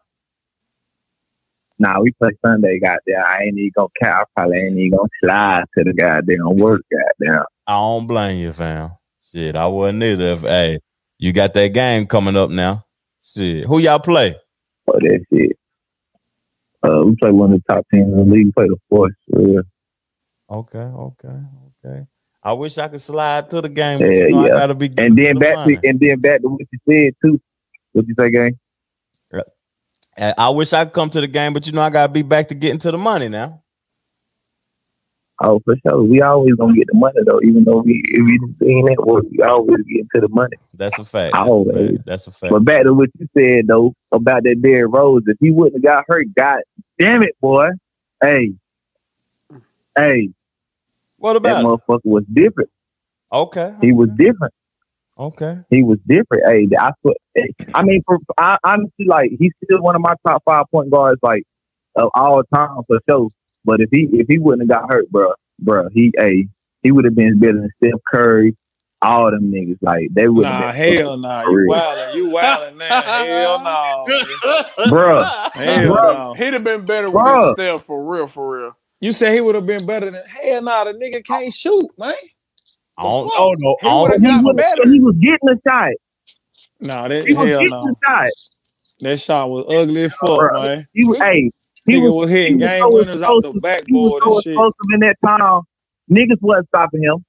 S11: Nah, we play Sunday, goddamn. I ain't even gonna count. I probably ain't even gonna slide to the goddamn work, goddamn.
S5: I don't blame you, fam. Shit, I wouldn't either if hey, you got that game coming up now. Shit. Who y'all play?
S11: Oh, that shit. Uh, we play one of the top teams in the league. We play the fourth. for real.
S5: Okay, okay, okay. I wish I could slide to the game. but
S11: Yeah,
S5: you know, I
S11: yeah.
S5: gotta be
S11: and
S5: the
S11: then back to
S5: line.
S11: and then back to what you said too. What you say, gang?
S5: I- I wish I could come to the game, but you know I gotta be back to getting to the money now.
S11: Oh, for sure. We always gonna get the money though, even though we if we just ain't that work, we always get to the money.
S5: That's a fact. That's a
S11: Always.
S5: fact. That's a fact.
S11: But back to what you said though about that Derrick Rose, if he wouldn't have got hurt, god damn it, boy. Hey, hey.
S5: What
S11: about that motherfucker was different.
S5: Okay.
S11: He was different.
S5: Okay.
S11: He was different. Hey, I swear, hey, I mean, for, I honestly like he's still one of my top five point guards like of all time for sure. But if he if he wouldn't have got hurt, bruh, bruh, he hey, he would have been better than Steph Curry, all them niggas. Like they would have
S2: Nah,
S11: been
S2: hell nah. You wildin'. You wildin' now. hell no.
S11: Bruh.
S2: Hell
S11: Bruh.
S2: no. He'd have been better
S11: with Bruh.
S2: Steph for real, for real. You said he would have been better than hell nah, the nigga can't shoot, man.
S5: I don't know. No, I
S2: would've
S4: Oh,
S5: don't-
S2: got-
S11: He would've-
S2: better.
S11: He was getting a shot.
S2: Nah, that
S11: He was
S2: hell
S11: getting
S2: no.
S11: a shot.
S2: That shot was ugly as fuck, man.
S11: He was, hey, he
S2: Nigga
S11: was,
S2: was hitting
S11: he
S2: game
S11: so
S2: winners off the
S11: explosive.
S2: backboard and
S11: He was so
S2: shit.
S11: explosive in that time. Niggas wasn't stopping him.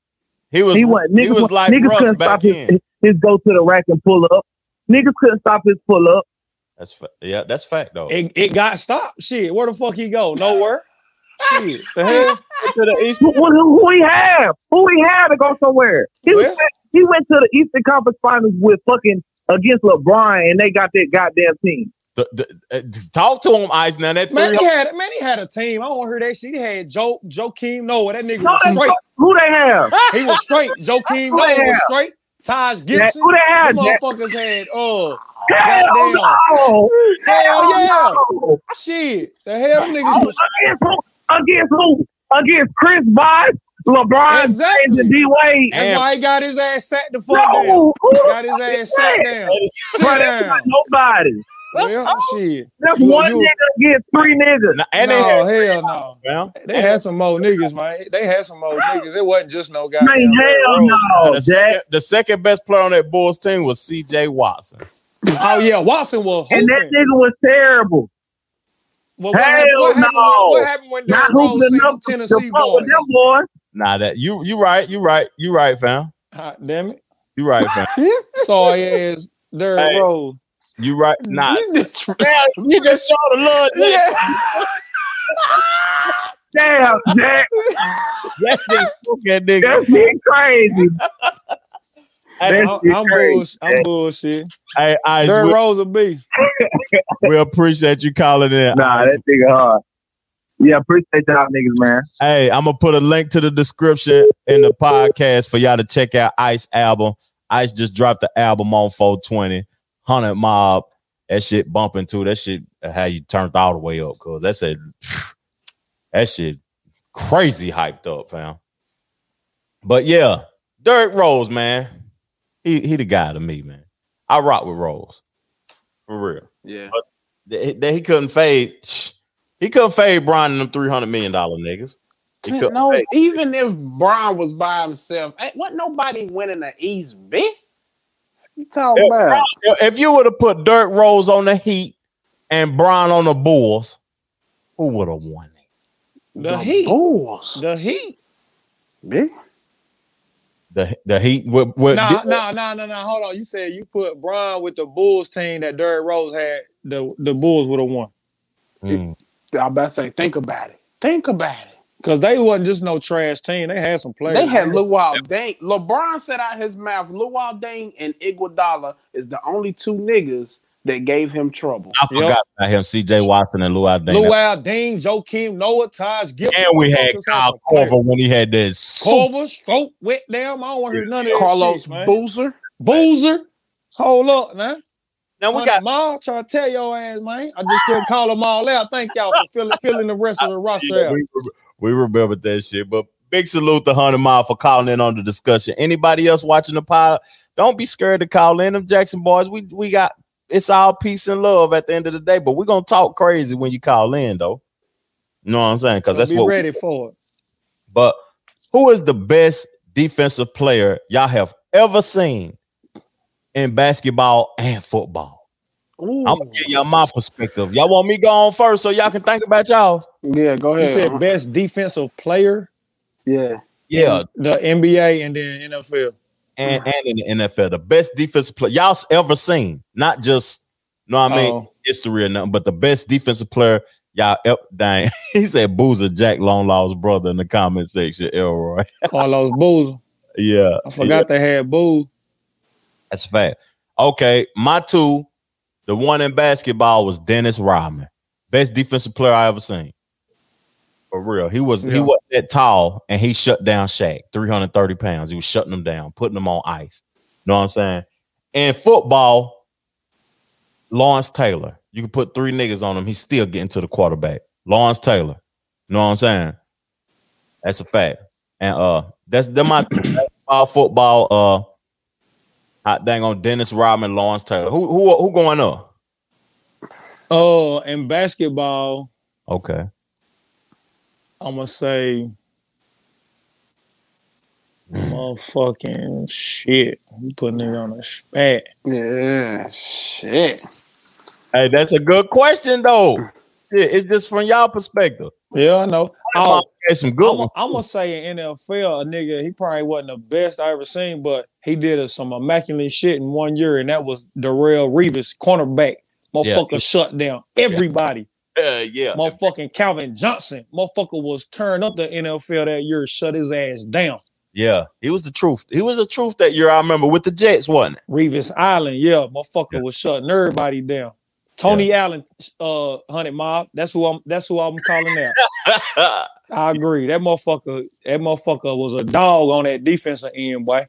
S5: He
S2: was-
S11: wasn't-
S2: he
S11: niggas
S2: was
S11: wa-
S2: like
S11: niggas
S2: Russ
S11: couldn't
S2: back
S11: stop his, his go to the rack and pull up. Niggas couldn't stop his pull up.
S5: That's fa- yeah, that's fact though.
S2: It, it got stopped. Shit, where the fuck he go? Nowhere. Shit, the hell?
S11: Who, who, who he have? Who he have to go somewhere? He, was, he went to the Eastern Conference Finals with fucking against LeBron, and they got that goddamn team.
S5: The- the- uh, talk to him, Ice. Now that
S2: Man,
S5: three,
S2: he had man, he had a team. I don't want to hear that shit. He had Joe Joakim Noah. That nigga
S11: No,
S2: was
S11: they-
S2: straight.
S11: Who they have?
S2: He was straight. Joakim
S11: Who
S2: Noah
S11: they
S2: was
S11: have?
S2: straight. Taj
S11: Yeah,
S2: Gibson.
S11: who they have,
S2: Them
S11: Jack?
S2: motherfuckers had uh
S11: Hell
S2: goddamn.
S11: Oh, no!
S2: Hell yeah.
S11: no!
S2: Shit. The hell them niggas was
S11: Against who? Against who? Against Chris Bosh, LeBron James and D Wade.
S2: That's why he got his ass sat the fuck
S11: No,
S2: down.
S11: who the
S2: He got his ass
S11: fuck is
S2: sat
S11: that?
S2: down. Sit
S11: Bro, that's
S2: down.
S11: not nobody.
S2: Well, shit.
S11: That's
S2: You-
S11: one
S2: you-
S11: nigga against three niggas.
S2: no, hell no.
S5: Well,
S2: They had some more niggas, man. They had some more niggas. It wasn't just no guy.
S11: Man, hell no,
S5: the, second, the second best player on that Bulls team was C.J. Watson.
S2: Oh yeah, Watson was.
S11: And that nigga was terrible.
S2: Well,
S5: what
S11: Hell
S5: happened- what happened
S11: no.
S5: when- what happened when
S11: Not
S5: Derrick Rose
S11: hooping
S5: seen
S11: up
S5: the
S11: to
S5: Tennessee
S11: fuck with
S5: boys?
S11: them boys.
S5: Nah, that you you right, you right, you right, fam.
S2: Hot damn it.
S5: You right, fam.
S2: Sorry ass Derrick
S5: Hey.
S2: Rose.
S5: you right. Nah,
S2: you just shot a lot.
S11: Damn, Jack.
S5: That's fucking nigga.
S11: That shit crazy.
S5: Hey,
S2: I'm, I'm bullshit. I'm bullshit.
S5: Hey, I
S2: Derrick
S5: we,
S2: Rose a B.
S5: we appreciate you calling in.
S11: Nah,
S5: Ice.
S11: that nigga hard. Yeah, appreciate y'all niggas, man.
S5: Hey, I'm gonna put a link to the description in the podcast for y'all to check out Ice album. Ice just dropped the album on 420, 100 Mob. That shit bumping too. That shit uh, how you turned all the way up, cause that said that shit crazy hyped up, fam. But yeah, Derrick Rose, man. He he the guy to me, man. I rock with Rose. For real.
S6: Yeah.
S5: But that, that he couldn't fade. He couldn't fade Brian and them three hundred million dollar niggas. He couldn't
S6: No,
S5: fade.
S6: even if Braun was by himself, ain't wasn't nobody winning the East, bitch. You talking
S5: If-
S6: about?
S5: If you would have put Dirt Rose on the Heat and Brian on the Bulls, who would have won?
S2: The, Heat.
S6: Bulls.
S2: The Heat.
S6: Big.
S5: The the Heat with, with
S2: Nah, nah, nah, nah, nah. Hold on. You said you put Bron with the Bulls team that Derrick Rose had. The the Bulls would have won
S6: I'm about to say, think about it. Think about it.
S2: because they wasn't just no trash team. They had some players.
S6: They had Luau Dang. LeBron said out his mouth, Luau Dang and Iguodala is the only two niggas that gave him trouble.
S5: I forgot about him, C.J. Watson and Luau Dang.
S2: Luau, Dean, Joakim, Noah, Taj, Gibson.
S5: And we had
S2: Wilson,
S5: Kyle Corver when he had that. super-
S2: Corver, Stroke, Wet Down. I don't want to hear none of that
S5: Carlos
S2: shit, man.
S6: Boozer.
S2: Boozer. Hold up, man.
S5: Now
S2: we got Maul trying to tell your ass, man. I just couldn't call them all out. Thank y'all for filling, filling the rest of the roster out.
S5: We, we remember that shit. But big salute to Hundred Mile for calling in on the discussion. Anybody else watching the pod? Don't be scared to call in them Jackson boys. We we got it's all peace and love at the end of the day. But we're gonna talk crazy when you call in, though. You know what I'm saying? Because
S2: So
S5: that's
S2: be
S5: what
S2: ready for it.
S5: But who is the best defensive player y'all have ever seen in basketball and football? I'm
S2: Hmm.
S5: gonna give y'all my perspective. Y'all want me to go on first so y'all can think about y'all?
S6: Yeah, go
S2: You said best defensive player,
S6: Yeah.
S5: Yeah.
S2: the NBA, and then NFL.
S5: And, and in the NFL, the best defensive player y'all ever seen, not just you know what I mean
S2: Oh.
S5: history or nothing, but the best defensive player y'all ever dang. he said Boozer Jack Longlaw's brother in the comment section, Elroy.
S2: Uh, Carlos Boozer.
S5: yeah.
S2: I forgot they had Boo.
S5: That's fact. Okay, my two, the one in basketball was Dennis Rodman, best defensive player I ever seen. For real, he was he
S2: Yeah.
S5: was that tall, and he shut down Shaq, three hundred thirty pounds. He was shutting them down, putting them on ice. You know what I'm saying? And football, Lawrence Taylor. You can put three niggas on him, he's still getting to the quarterback. Lawrence Taylor. You know what I'm saying? That's a fact. And uh, that's that my basketball, football. Uh, hot dang on Dennis Rodman, Lawrence Taylor. Who who who going up?
S2: Oh, in basketball,
S5: Okay,
S2: I'm gonna say, motherfucking shit. You putting it on a spat.
S6: Yeah, shit.
S5: Hey, that's a good question though. Shit, it's just from y'all perspective.
S2: Yeah, I know.
S5: Oh, that's some good ones.
S2: I'm gonna say in NFL, a nigga, he probably wasn't the best I ever seen, but he did us some immaculate shit in one year, and that was Darrell Reeves, cornerback. Motherfucker
S5: Yeah.
S2: shut down everybody.
S5: Uh, yeah,
S2: Motherfucking Calvin Johnson. Motherfucker was turned up the NFL that year, shut his ass down.
S5: yeah. He was the truth. He was the truth that year. I remember with the Jets, wasn't it?
S2: Revis Island, yeah, motherfucker was shutting everybody down. Tony Allen, uh, hundred mob. That's who I'm. That's who I'm calling out. I agree. That motherfucker. That motherfucker was a dog on that defensive end, boy.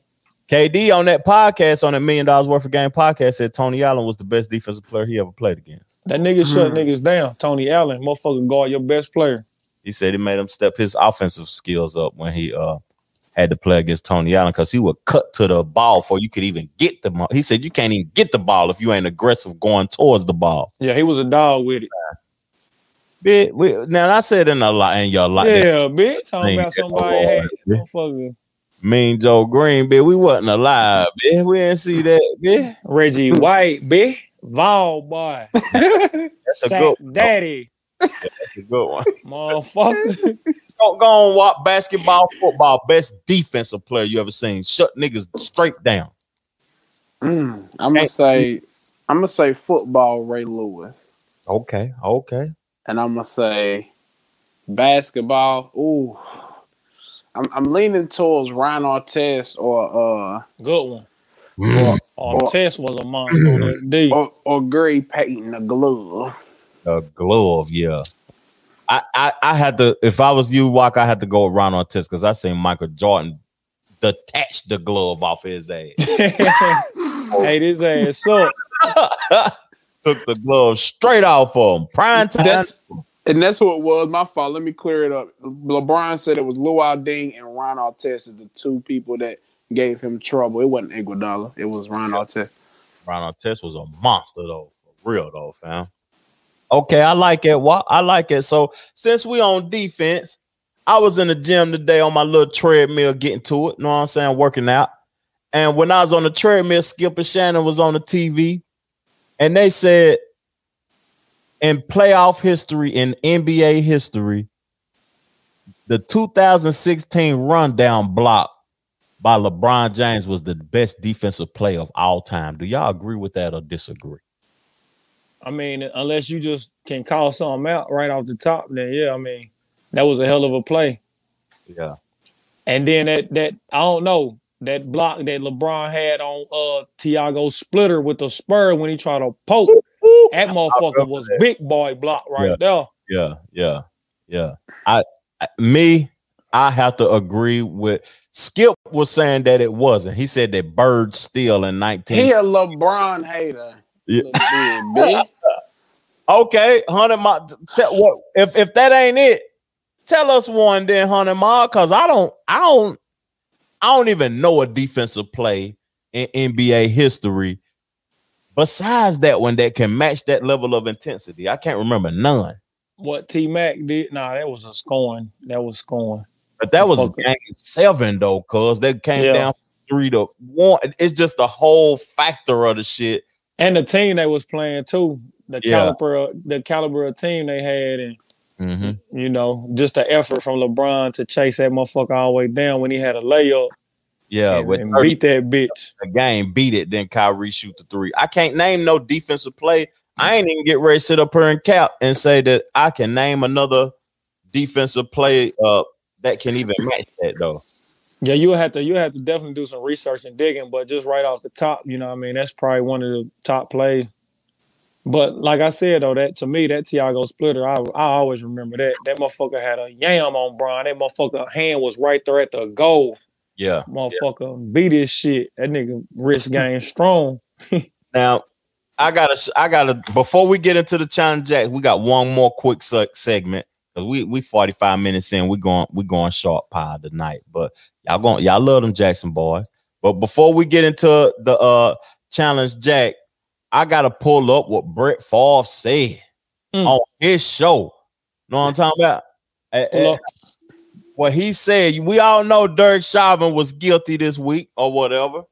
S5: KD on that podcast on that million dollars worth of game podcast said Tony Allen was the best defensive player he ever played against.
S2: That nigga
S5: Hmm.
S2: shut niggas down. Tony Allen, motherfucking guard, your best player.
S5: He said he made him step his offensive skills up when he uh had to play against Tony Allen because he would cut to the ball before you could even get the ball. He said you can't even get the ball if you ain't aggressive going towards the ball.
S2: Yeah, he was a dog with it.
S5: Bit, we, now I said in a lot in your life.
S2: Yeah, bitch. Talking about
S5: "Oh,
S2: somebody had motherfucker.
S5: Mean Joe Green, bitch. We wasn't alive, bitch. We didn't see that, bitch.
S2: Reggie White, bitch. Vol boy.
S5: That's a
S2: Sack
S5: good one.
S2: daddy.
S5: That's a good one.
S2: Motherfucker.
S5: Go, go on, walk basketball, football, best defensive player you ever seen. Shut niggas straight down.
S6: I'm gonna Mm, say I'm gonna say football Ray Lewis,
S5: Okay, okay.
S6: and I'm gonna say basketball. Ooh, I'm I'm leaning towards Ryan Artest or uh
S2: Good one.
S6: or,
S2: Artest was a monster. D.
S6: or or Gary Payton a glove.
S5: A glove, yeah. I, I I had to. If I was you, Walk, I had to go with Ron Artest because I seen Michael Jordan detach the glove off his ass.
S2: hey, this ass up.
S5: Took the glove straight off of him. Prime time.
S6: That's and that's what it was. My fault. Let me clear it up. LeBron said it was Luau Ding and Ron Artest is the two people that gave him trouble. It wasn't Iguodala. It was Ron Artest.
S5: Ron Artest was a monster though, for real though, fam. Okay, I like it. Wa- I like it. So since we on defense, I was in the gym today on my little treadmill getting to it. You know what I'm saying? Working out. And when I was on the treadmill, Skipper Shannon was on the TV, and they said in playoff history, in NBA history, the 2016 rundown block by LeBron James was the best defensive player of all time. Do y'all agree with that or disagree?
S2: I mean, unless you just can call something out right off the top, then yeah, I mean, that was a hell of a play.
S5: Yeah.
S2: And then that that I don't know that block that LeBron had on uh Tiago Splitter with the spur when he tried to poke that motherfucker was big boy block right
S5: Yeah.
S2: there.
S5: Yeah, yeah, yeah. I, I me, I have to agree with Skip was saying that it wasn't. He said that Bird still in 19.
S6: He a LeBron hater.
S5: Yeah.
S6: Little bitch.
S5: Okay, hundred mile. Tell, what if if that ain't it? Tell us one then, hundred mile, because I don't, I don't, I don't even know a defensive play in NBA history besides that one that can match that level of intensity. I can't remember none.
S2: What T Mac did? Nah, that was a scoring. That was scoring.
S5: But that was
S2: Fuck it.
S5: game seven though, cause that came
S2: Yeah.
S5: down three to one. It's just the whole factor of the shit.
S2: And the team they was playing too. The
S5: Yeah.
S2: caliber, of, the caliber of team they had, and you know, just the effort from LeBron to chase that motherfucker all the way down when he had a layup
S5: Yeah,
S2: and,
S5: with
S2: and
S5: 30
S2: beat that bitch.
S5: the game, beat it, then Kyrie shoot the three. I can't name no defensive play. I ain't even get ready to sit up here and cap and say that I can name another defensive play uh, that can even match that though.
S2: Yeah, you have to you have to definitely do some research and digging, but just right off the top, you know, what I mean, that's probably one of the top plays. But like I said though, that to me, that Tiago splitter, I I always remember that. That motherfucker had a yam on Brian. That motherfucker hand was right there at the goal.
S5: Yeah.
S2: Motherfucker beat his shit. That nigga wrist game strong.
S5: Now, I gotta, sh- I gotta. Before we get into the challenge, Jack, we got one more quick se- segment because we we forty five minutes in. We going we going sharp pie tonight, but y'all going y'all love them Jackson boys. But before we get into the uh challenge, Jack, I gotta pull up what Brett Favre said on his show. Know what I'm talking about? Eh, eh, What he said, we all know Derek Chauvin was guilty this week or whatever.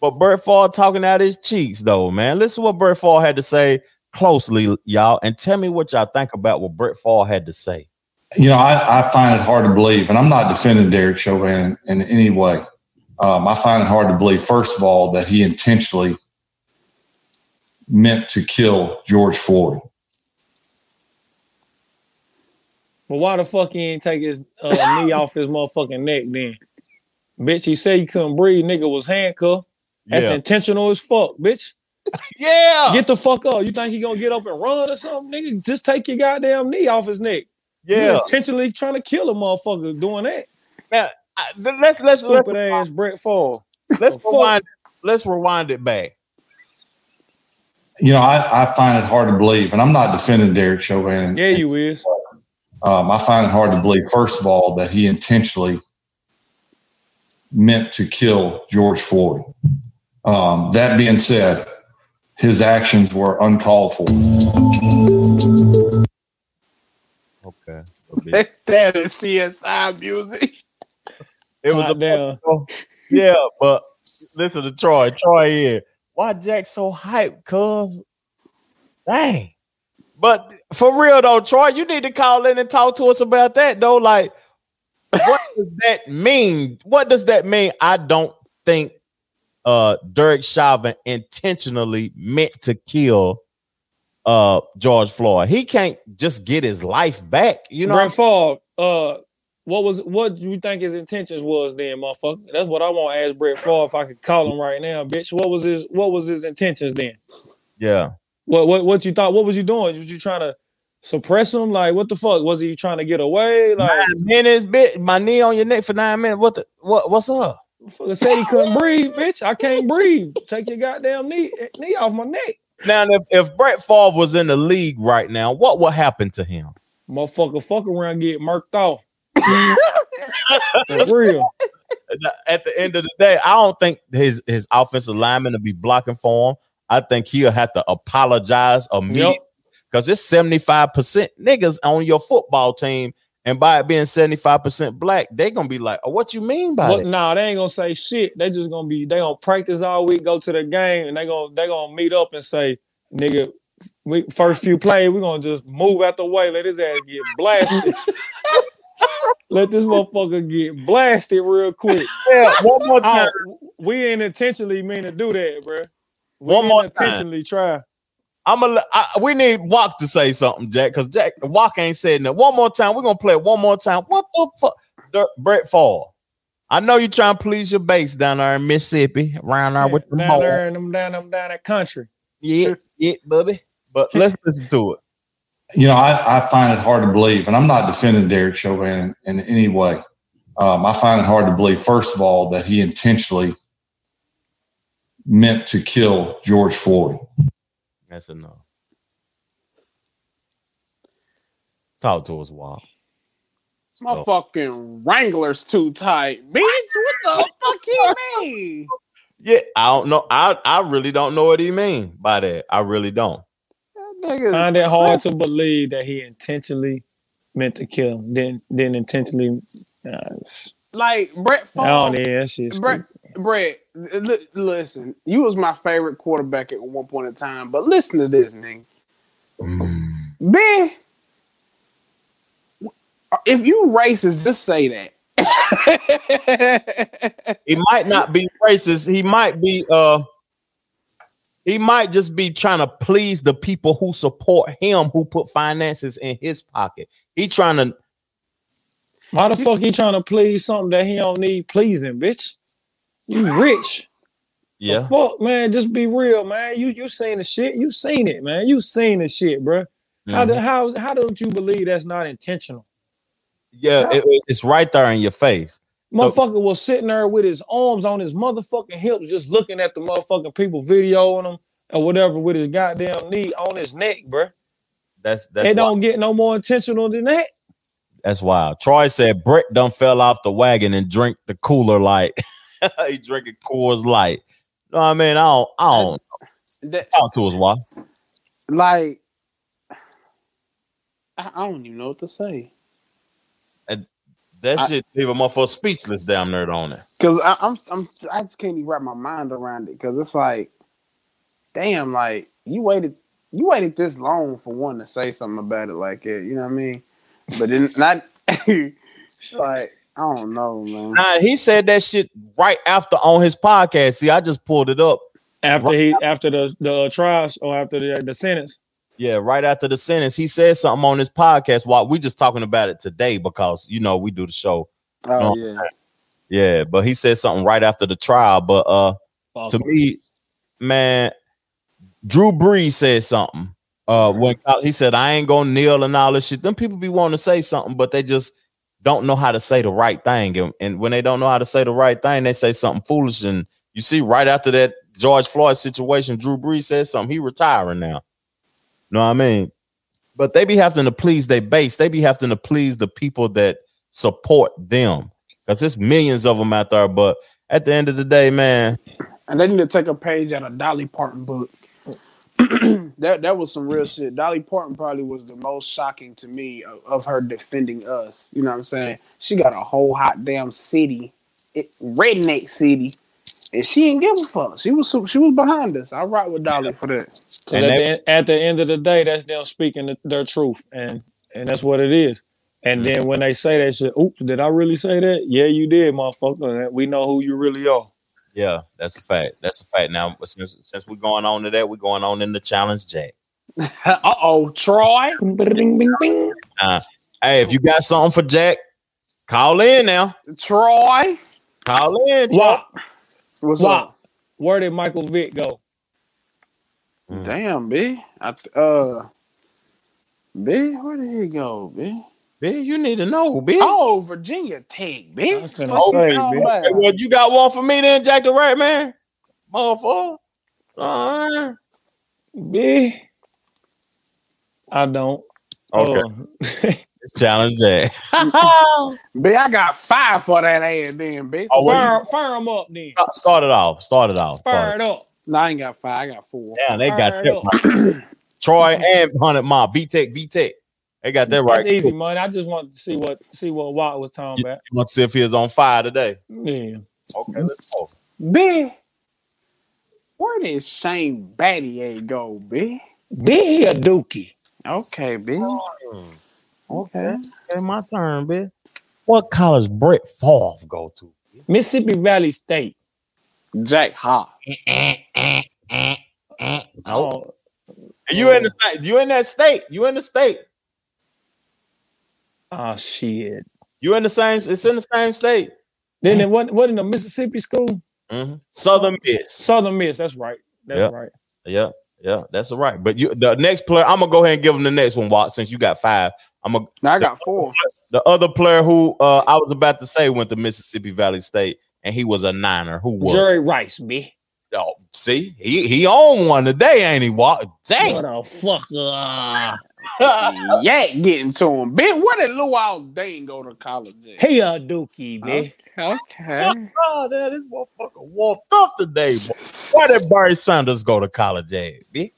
S5: But Bert Favre talking out his cheeks, though, man. Listen what Bert Favre had to say closely, y'all, and tell me what y'all think about what Bert Favre had to say.
S12: you know, I, I find it hard to believe, and I'm not defending Derek Chauvin in any way. Um, I find it hard to believe, first of all, that he intentionally meant to kill George Floyd.
S2: But why the fuck he ain't take his uh, knee off his motherfucking neck then? Bitch, he said you couldn't breathe. Nigga was handcuffed. That's
S5: Yeah. Ah.
S2: intentional as fuck, bitch.
S5: Yeah.
S2: Get the fuck up. You think he gonna get up and run or something, nigga? Just take your goddamn knee off his neck. You
S5: Yeah.
S2: intentionally trying to kill a motherfucker doing that.
S5: Now, let's let's
S2: stupid ass Brett Favre.
S5: Let's rewind. Let's rewind it back.
S12: You know, I, I find it hard to believe, and I'm not defending Derek Chauvin.
S2: Yeah, you is.
S12: Um, I find it hard to believe, first of all, that he intentionally meant to kill George Floyd. Um, that being said, his actions were uncalled for.
S5: Okay.
S6: that is CSI music.
S5: It was a Yeah, but listen to Troy. Troy here. Why Jack so hyped? Cause dang. But for real though, Troy, you need to call in and talk to us about that though. Like, what does that mean? What does that mean? I don't think uh Derek Chauvin intentionally meant to kill uh George Floyd. He can't just get his life back. You know,
S2: Brett Favre, uh, what was what do you think his intentions was then, motherfucker? That's what I want to ask Brett Favre if I could call him right now, bitch. What was his what was his intentions then?
S5: yeah.
S2: What what what you thought? What was you doing? Was you trying to suppress him? Like what the fuck? Was he trying to get away? Like
S5: nine minutes, bitch. My knee on your neck for nine minutes. What the what what's up?
S2: Motherfucker said he couldn't breathe, bitch. I can't breathe. Take your goddamn knee knee off my neck.
S5: Now, if, if Brett Favre was in the league right now, what would happen to him?
S2: Motherfucker, fuck around, get murked off. For real.
S5: At the end of the day, I don't think his his offensive lineman will be blocking for him. I think he'll have to apologize immediately because it's seventy five percent niggas on your football team, and by it being seventy five percent black, they gonna be like, oh, "What you mean by
S2: But
S5: that?"
S2: nah, they ain't gonna say shit. They just gonna be they gonna practice all week, go to the game, and they gonna they gonna meet up and say, nigga, we first few plays, we gonna just move out the way, let his ass get blasted. let this motherfucker get blasted real quick. Oh,
S5: Yeah, one more time.
S2: we ain't intentionally mean to do that, bro.
S5: One more time.
S2: intentionally try.
S5: I'm a. I, we need Walk to say something, Jack, because Jack Walk ain't said nothing. One more time, we're gonna play it one more time. What the fuck, Der- Brett Favre? I know you trying to please your base down there in Mississippi, around there with the
S2: Down
S5: ball.
S2: there and them down them down that country.
S5: Yeah, yeah, bubby. But let's listen to it.
S12: you know, I, I find it hard to believe, and I'm not defending Derek Chauvin in any way. Um, I find it hard to believe, first of all, that he intentionally meant to kill George Floyd.
S5: That's enough. Talk to us, Walk.
S6: My fucking Wrangler's too tight, bitch. What the fuck you mean?
S5: Yeah, I don't know. I I really don't know what he mean by that. I really don't.
S2: Find it hard to believe that he intentionally meant to kill him. Then then intentionally nah, it's-
S6: Like Brett
S2: I don't
S6: Favre.
S2: know, that shit's
S6: Brett, Brett, li- listen. You was my favorite quarterback at one point in time, but listen to this, nigga. Ben, if you racist, just say that.
S5: He might not be racist. He might be uh he might just be trying to please the people who support him who put finances in his pocket. He trying to
S2: Why the fuck he trying to please something that he don't need pleasing, bitch? You rich.
S5: Yeah.
S2: The fuck, man. Just be real, man. You you seen the shit. You seen it, man. You seen the shit, bro. How do,
S5: Mhm.
S2: how how don't you believe that's not intentional?
S5: yeah, it- it- it's right there in your face. So-
S2: Motherfucker was sitting there with his arms on his motherfucking hips, just looking at the motherfucking people videoing him or whatever with his goddamn knee on his neck, bruh.
S5: that's that's
S2: It
S5: why-
S2: don't get no more intentional than that.
S5: That's wild. Troy said Brett done fell off the wagon and drink the cooler light. he drinking Coors Light. No, I mean I don't. I don't
S6: That-
S5: talk to us. Why?
S6: like, I, I don't even know what to say.
S5: And That
S6: I-
S5: shit leave a motherfucker speechless down there on it.
S6: Cause I, I'm, I'm, I just can't even wrap my mind around it. Cause it's like, damn, like you waited, you waited this long for one to say something about it like that. You know what I mean? But then not, like I don't know, man.
S5: Nah, he said that shit right after on his podcast. See, I just pulled it up.
S2: After he after the the trials or after the, the sentence.
S5: Yeah, right after the sentence, he said something on his podcast. While we just talking about it today because you know we do the show.
S6: Oh
S5: Um,
S6: yeah.
S5: Yeah, but he said something right after the trial. But uh
S2: Fuck.
S5: to me, man, Drew Brees said something. Uh when he said, I ain't gonna kneel and all this shit. Them people be wanting to say something, but they just don't know how to say the right thing. And, and when they don't know how to say the right thing, they say something foolish. And you see, right after that George Floyd situation, Drew Brees said something. He retiring now. Know what I mean? But they be having to please their base. They be having to please the people that support them. because there's millions of them out there. But at the end of the day, man,
S6: and they need to take a page out of Dolly Parton book. that that was some real shit. Dolly Parton probably was the most shocking to me of, of her defending us. You know what I'm saying? She got a whole hot damn city, it, redneck city, and she didn't give a fuck. She was su- she was behind us. I rock with Dolly for that.
S2: And at, the, en- at the end of the day, that's them speaking th- their truth, and and that's what it is. And then when they say that shit, oops, did I really say that? Yeah, you did, motherfucker. And We know who you really are.
S5: yeah, that's a fact. That's a fact. Now, since since we're going on to that, we're going on in the challenge, Jack.
S6: uh oh, Troy.
S5: Uh, hey, if you got something for Jack, call in now.
S6: Troy.
S5: Call in.
S2: Wop.
S6: What's
S2: Wop. Where did Michael Vick go?
S6: Damn, B. I th- uh, B. Where did he go, B?
S5: B, you need to know, B.
S6: Oh, Virginia Tech, B.
S2: I was finna
S6: Fuck you
S2: say,
S6: talking
S2: B.
S6: about?
S5: Hey, well, you got one for me then, Jack the Right Man? Motherfucker. Uh,
S2: B. I don't.
S5: Okay.
S2: Uh,
S5: it's challenge Jack.
S6: B, I got five for that ass, then, B.
S5: Oh, wait.
S2: fire, fire 'em up then.
S5: Start- Start it off. Start it off.
S2: Fire
S5: Start
S2: it
S5: it.
S2: up.
S6: No, I ain't got five. I got four.
S5: Damn, they got
S2: Fire
S5: that right. Troy and Hundred Mob. V Tech, V Tech. They got that right.
S2: That's easy,
S5: Cool.
S2: man. I just wanted to see what see what Watt was talking about.
S5: You want to see if he is on fire today?
S2: Yeah.
S5: Okay, let's go.
S6: B. Where did Shane Battier go, B?
S2: Be he a dookie.
S6: Okay, B.
S5: Hmm. Okay. Okay, my turn, bitch. What college Brett Favre go to?
S2: Mississippi Valley State.
S6: Jack Ha.
S5: Oh,
S2: Oh,
S5: you in the state? You in that state? You in the state?
S2: oh, shit.
S5: You in the same? It's in the same state.
S2: Then it wasn't, wasn't a Mississippi school?
S5: Mhm. Southern Miss.
S2: Southern Miss. That's right. That's
S5: Yep.
S2: right.
S5: Yeah, yeah, that's all right. But you, the next player, I'm gonna go ahead and give him the next one, Watt. Since you got five, I'm gonna
S6: Now I got four.
S5: the other player who uh, I was about to say went to Mississippi Valley State, and he was a Niner. Who was?
S2: Jerry Rice, B.
S5: Oh, see, he he on one today, ain't he? Watt?
S2: What uh,
S5: Dang,
S2: a fucker.
S6: Yak getting to him. B, where did Luau Dane go to college at?
S2: He a dookie, B.
S6: Okay.
S5: oh, damn, this motherfucker walked up today. boy. Why did Barry Sanders go to college, eh, at, B?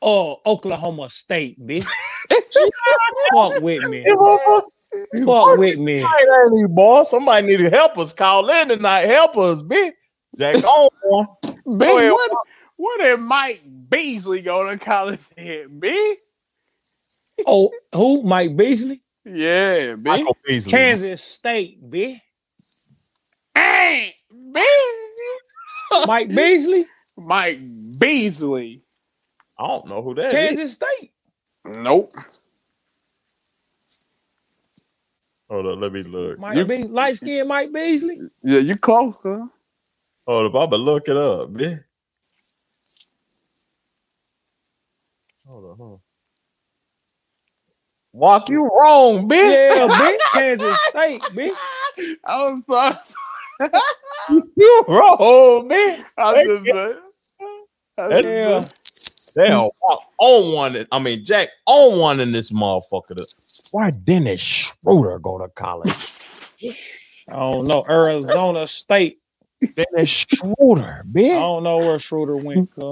S2: Oh, Oklahoma State, B. Fuck with me. Fuck
S5: Fuck
S2: with me.
S5: Right, ain't he, boy? Somebody need to help us. Call in tonight. Help us, B. Jack on boy.
S6: B,
S5: Go ahead,
S6: where, where did Mike Beasley go to college at? B?
S2: Oh, who? Mike Beasley?
S6: Mm-hmm. Yeah, B.
S5: Michael Beasley.
S2: Kansas State, B.
S6: Hey, B.
S2: Mike Beasley?
S6: Mike Beasley.
S5: I don't know who that is.
S2: Kansas State.
S6: Nope.
S5: Hold up, let me look.
S2: Mike Beasley. Light skinned Mike Beasley.
S6: Yeah, you close, huh?
S5: Hold up, I'ma look it up, man. Hold up, hold up. Walk you wrong, bitch.
S2: Yeah, bitch. Kansas State, bitch.
S6: I was thought
S5: You wrong, bitch.
S6: I was just I
S5: That's-
S2: Yeah.
S5: Damn, Walk on one. in- I mean, Jack on one in this motherfucker. Why Dennis Schroeder go to college?
S2: I don't know. Arizona State.
S5: Dennis Schroeder,
S2: I
S5: bitch.
S2: don't know where Schroeder went. cuz.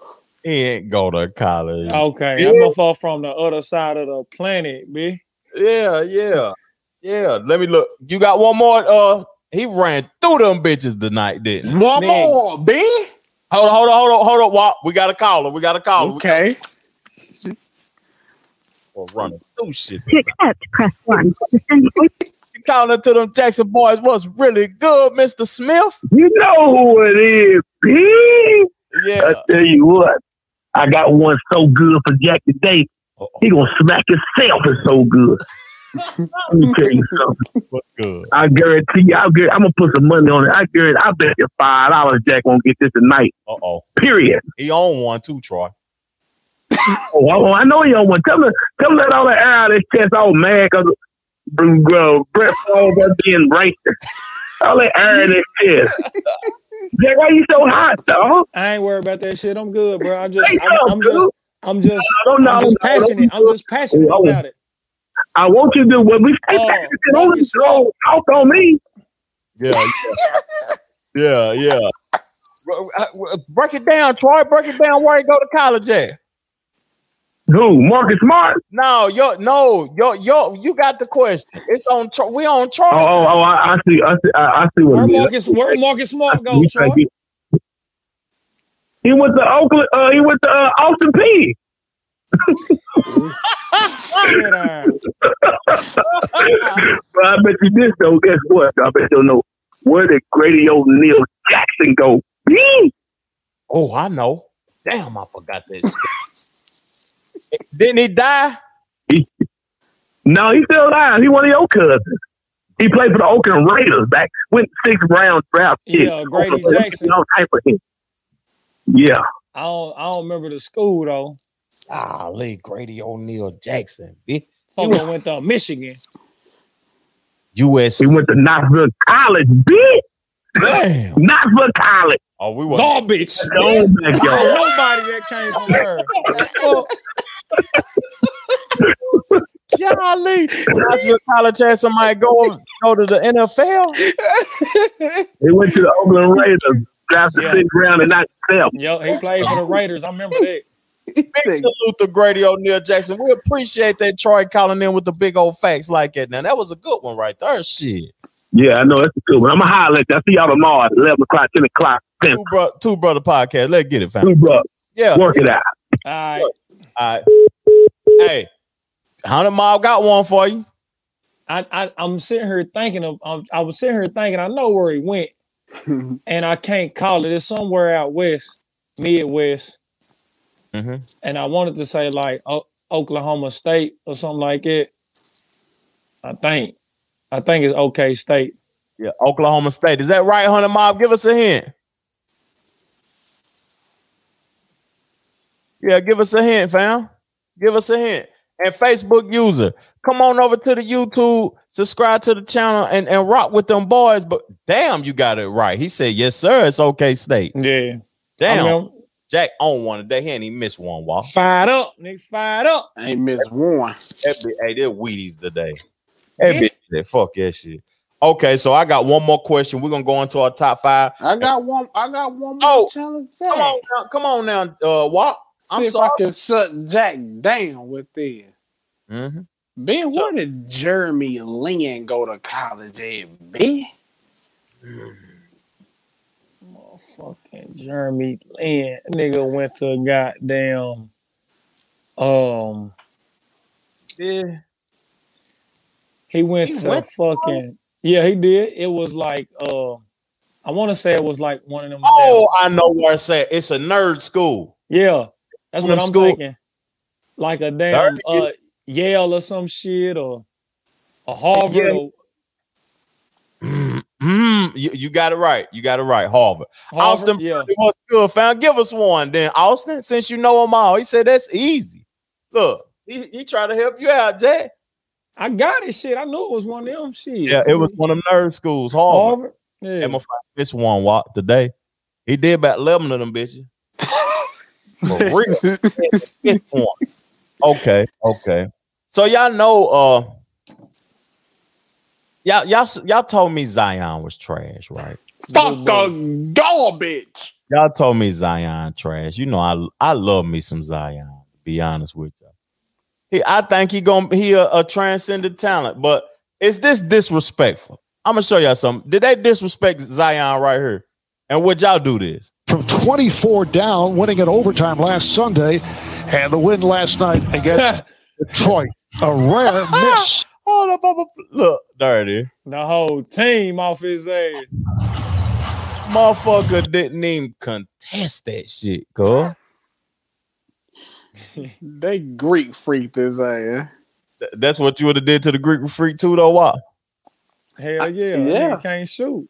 S5: Oh, He ain't go to college.
S2: Okay.
S5: Yeah.
S2: I'm gonna fall from the other side of the planet, B.
S5: Yeah, yeah, yeah. Let me look. You got one more. Uh, he ran through them bitches tonight, didn't? he?
S6: was one
S2: Man.
S6: more, B.
S5: Hold on, hold on, hold on, hold on. Wop. We got a caller. We got a
S11: Oh,
S5: caller. We
S6: Okay.
S5: are running through shit.
S13: To accept, press 1. To send a voice
S5: You calling to them Jackson boys? What's really good, Mister Smith?
S11: You know who it is, B.
S5: Yeah.
S11: I tell you what, I got one so good for Jack today. He gonna smack himself. It's so good. Let me tell you something.
S5: What's good?
S11: I guarantee you. I'll guarantee, I'm gonna put some money on it. I guarantee. I bet you five dollars Jack won't get this tonight.
S5: Uh oh.
S11: Period.
S5: He on one too, Troy.
S11: Oh, I, oh, I know y'all want. Tell him. Tell him let all the air out of his chest. All mad because bro, Brett Favre was being racist. All that air in his chest. Jack, why you so hot, dog?
S2: I ain't worried about that shit. I'm good, bro. I just
S11: Hey,
S2: I'm, I'm
S11: dude.
S2: just I'm just
S11: No, no,
S2: I'm just Oh,
S11: no, no,
S2: passionate.
S11: no.
S2: I'm just passionate
S11: Oh, oh.
S2: about it.
S11: I want you to do what we don't just throw out on me.
S5: Yeah, yeah, yeah. yeah. Bro, I- w- uh, Break it down, Troy. Break it down. Where he go to college at?
S11: Who? Marcus Smart?
S5: No, yo, no, yo, yo. You got the question. It's on. Tro- we on Troy.
S11: Oh, oh, oh I, I see, I see, I, I see what
S2: Where
S11: it
S2: Marcus,
S11: is.
S2: where Marcus Smart go,
S11: We
S2: Troy?
S11: tryna get- He went to Oakland. Uh, he went to uh, Austin P.
S2: Get out.
S11: But I bet you this though. Guess what? I bet you'll know where did Grady O'Neal Jackson go. Be?
S5: Oh, I know. Damn, I forgot this. Didn't he die?
S11: No, he's still alive. He one of your cousins. He played for the Oakland Raiders back went six round draft pick.
S2: Yeah, Grady
S11: Oakland Raiders,
S2: Jackson.
S11: all type of him. Yeah,
S2: I don't, I don't remember the school though.
S5: Golly, Grady O'Neal Jackson. bitch.
S2: Fucker went to Michigan.
S5: USC.
S11: he went to Knoxville College. Bitch,
S5: Damn.
S11: Knoxville College.
S5: Oh,
S11: Oh,
S5: we were.
S2: Garbage.
S11: No,
S2: Ain't
S11: back y'all.
S2: Nobody that came from her. Fuck.
S5: Golly, Knoxville College had somebody go go to the NFL.
S11: He went to the Oakland Raiders. Drafted
S2: Yeah.
S11: sixth round and not them.
S2: Yo, he played for the Raiders. I remember that.
S5: Big salute to Grady O'Neal Jackson. We appreciate that Troy calling in with the big old facts like that. Now that was a good one right there. Shit,
S11: Yeah, I know that's a good one. I'm a highlight. I see y'all tomorrow at eleven o'clock, ten o'clock, ten.
S5: two, bro- two brother podcast. Let's get it, fam.
S11: Two bucks.
S5: Yeah,
S11: Work it out.
S2: All right.
S5: All right. Hey, hundred mile got one for you.
S2: I, I I'm sitting here thinking of I'm, I was sitting here thinking I know where he went, and I can't call it. It's somewhere out west, Midwest,
S5: Mhm.
S2: and I wanted to say like o- Oklahoma State or something like it. I think, I think it's OK State.
S5: Yeah, Oklahoma State. Is that right, hundred mile? Give us a hint. Yeah, give us a hint, fam. Give us a hint. And Facebook user, come on over to the YouTube, subscribe to the channel, and, and rock with them boys. But damn, you got it right. He said, Yes, sir. It's OK State.
S2: Yeah,
S5: Damn.
S2: I mean,
S5: Jack on one today. He ain't even missed one walk.
S2: fired up, nigga, fired up.
S6: Ain't miss one.
S5: That bi- hey, they're Wheaties today. That bitch, said, fuck that shit. Okay, so I got one more question. We're gonna go into our top five.
S6: I got one. I got one more
S5: Oh,
S6: challenge.
S5: Come on now, come on now, uh, Wop. I'm
S6: I'm See
S5: sorry.
S6: if I can shut Jack down with this.
S2: Mm-hmm.
S5: Mhm.
S6: Ben, where did Jeremy Lin go to college at, Ben?
S2: Motherfucking Jeremy Lin, nigga went to goddamn um
S5: Yeah.
S2: He went
S5: He
S2: to
S5: went to
S2: fucking yeah, he did. It was like uh I want to say it was like one of them.
S5: Oh, I know where it's at. It's a nerd school.
S2: yeah, that's what
S5: one of them
S2: I'm
S5: school-
S2: thinking. Like a damn
S5: Dirty.
S2: uh, Yale or some shit or a Harvard.
S5: Yeah.
S2: Or
S5: Mm, you, you got it right. You got it right, Harvard.
S2: Harvard.
S5: Austin,
S2: yeah,
S5: what's good, fam? Give us one, then Austin. Since you know them all, he said that's easy. Look, he, he tried to help you out, Jack.
S2: I got it. Shit, I knew it was one of them. Shit.
S5: Yeah, it was one of them nerd schools, Harvard.
S2: Harvard. Yeah.
S5: Emma missed one walk today. He did about 11 of them bitches. For real. Missed one. Okay, okay. So y'all know uh y'all y'all s- y'all told me Zion was trash, right?
S6: Fuck a garbage.
S5: Y'all told me Zion trash. You know I I love me some Zion, to be honest with y'all. He, I think he gonna he a, a transcendent talent, but is this disrespectful? I'm gonna show y'all something. Did they disrespect Zion right here? And would y'all do this?
S14: from 24 down, winning in overtime last Sunday, and the win last night against Detroit. A rare miss.
S5: Ah, Hold up, up, up. look, there it is.
S2: the whole team off his ass.
S5: Motherfucker didn't even contest that shit, girl.
S6: They Greek freaked his ass.
S5: Th- That's what you would have did to the Greek freak too, though. Why?
S2: Hell yeah,
S6: yeah.
S2: yeah. can't shoot.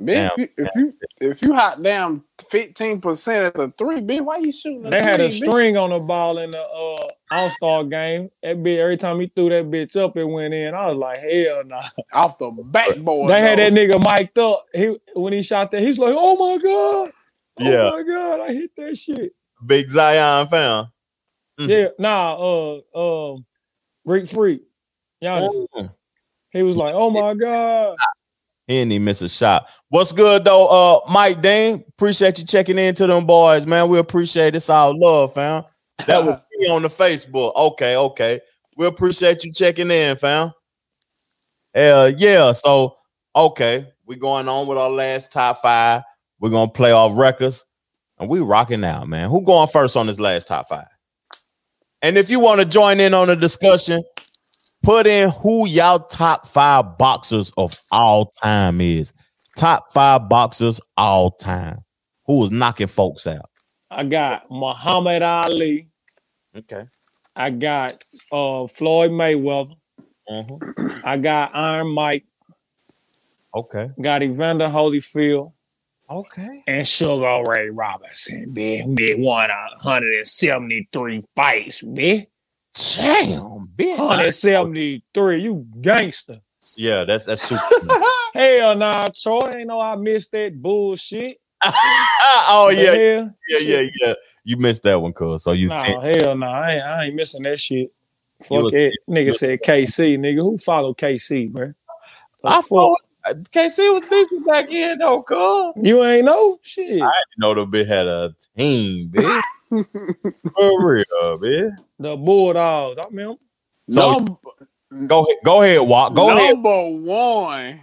S6: Ben,
S5: Damn.
S6: if you, if you if you hot down fifteen percent at the three, Ben, why you shooting?
S2: They had a
S6: three, bitch?
S2: string on the ball in the uh, All Star game. That bitch, every time he threw that bitch up, it went in. I was like, hell no.
S6: off the backboard.
S2: They had
S6: though.
S2: that nigga mic'd up. He when he shot that, he's like, "Oh my god, oh
S5: Yeah,
S2: my god, I hit that shit."
S5: big Zion fan. Mhm.
S2: Yeah, nah, uh, um, Rick Freak.
S5: Oh. Mm.
S2: Giannis. He was like, "Oh my god!"
S5: He didn't even miss a shot. What's good though, uh, Mike Dane? Appreciate you checking in to them boys, man. We appreciate this our love, fam. That was me on the Facebook. Okay, okay. We appreciate you checking in, fam. Uh, yeah. So, okay, we going on with our last top five. We're gonna play off records, and we rocking out, man. Who going first on this last top five? And if you want to join in on the discussion, put in who y'all top five boxers of all time is. Top five boxers all time. Who is knocking folks out?
S2: I got Muhammad Ali.
S5: Okay.
S2: I got uh, Floyd Mayweather. Mm-hmm. I got Iron Mike.
S5: Okay.
S2: Got Evander Holyfield.
S5: Okay.
S2: And Sugar Ray Robinson, bitch. Bitch won 173 fights, bitch.
S5: Damn, bitch.
S2: 173. You gangster.
S5: Yeah, that's that's super.
S2: Hell nah, Troy. Ain't know I missed that bullshit.
S5: oh yeah,
S2: hell?
S5: yeah, yeah, yeah. You missed that one, cuz. So you
S2: Nah,
S5: ten-
S2: hell nah. I ain't, I ain't missing that shit.
S5: You
S2: Fuck
S5: was-
S2: it. Nigga said KC, nigga. Who follow KC, bro?
S5: I follow KC was decent back in though, cuz.
S2: You ain't know? Shit.
S5: I didn't know the bitch had a team, bitch. For real, bitch.
S2: The Bulldogs. I remember.
S5: So go ahead, go ahead, Walk. Go
S6: Number
S5: ahead.
S6: one,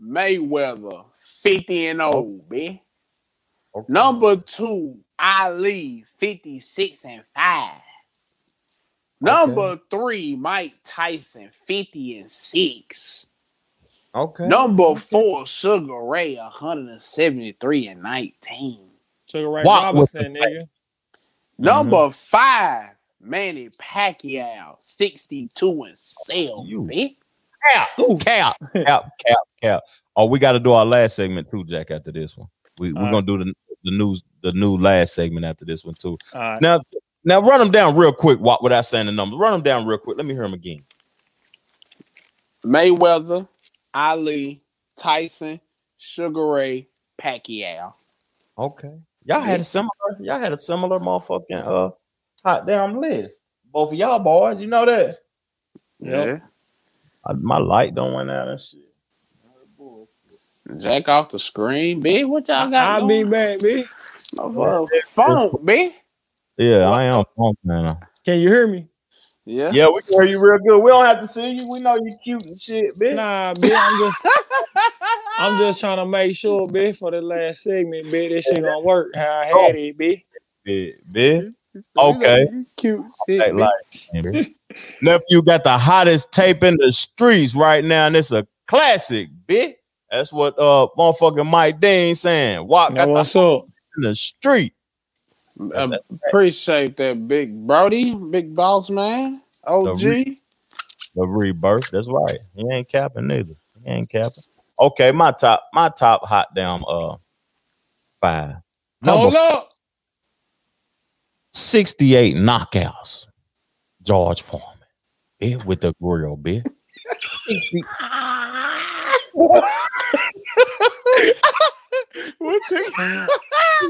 S6: Mayweather, 50 and oh, old, bitch. Number two, Ali, 56 and 5. Number three, Mike Tyson, 50 and 6.
S5: Okay.
S6: Number four, Sugar Ray, 173 and 19.
S2: Sugar Ray
S6: Walk with
S2: Robinson, nigga.
S6: Number five, Manny Pacquiao, 62 and 7, bitch.
S5: Ooh. Cap, cap, cap, cap. Oh, we got to do our last segment too, Jack. After this one, we we're
S2: All right.
S5: gonna do the the news the new last segment after this one too.
S2: All right.
S5: Now, now run them down real quick. What without saying the numbers, run them down real quick. Let me hear them again.
S6: Mayweather, Ali, Tyson, Sugar Ray, Pacquiao.
S5: Okay. Y'all had a similar, y'all had a similar motherfucking uh hot damn list. Both of y'all boys, you know that.
S6: Yeah.
S5: I- my light don't went out and shit.
S6: Jack off the screen, bitch. What y'all got?
S2: I'll be back, bitch.
S6: Motherfucker, phone, bitch.
S5: Yeah, I am funk man.
S2: Can you hear me?
S6: Yeah.
S5: Yeah, we can hear you real good. We don't have to see you. We know you cute and shit, bitch.
S2: Nah, bitch. I'm just, I'm just trying to make sure, bitch, for the last segment, bitch, this shit gonna work how I
S5: Oh.
S2: had it, bitch.
S5: Bitch, bitch. Okay.
S6: Cute
S5: Like, like, bitch. Nephew got the hottest tape in the streets right now, and it's a classic, bitch. That's what uh motherfucking Mike Dean saying. Walk
S2: Now
S5: got
S2: what's
S5: the
S2: up?
S5: in the street.
S6: I um, appreciate that, big Brody, big boss man, OG.
S5: The rebirth. That's right. He ain't capping neither. He ain't capping. Okay, my top, my top hot damn uh five.
S2: Hold
S5: Number
S2: up.
S5: 68 knockouts. George Foreman. It with the grill, bitch.
S6: What the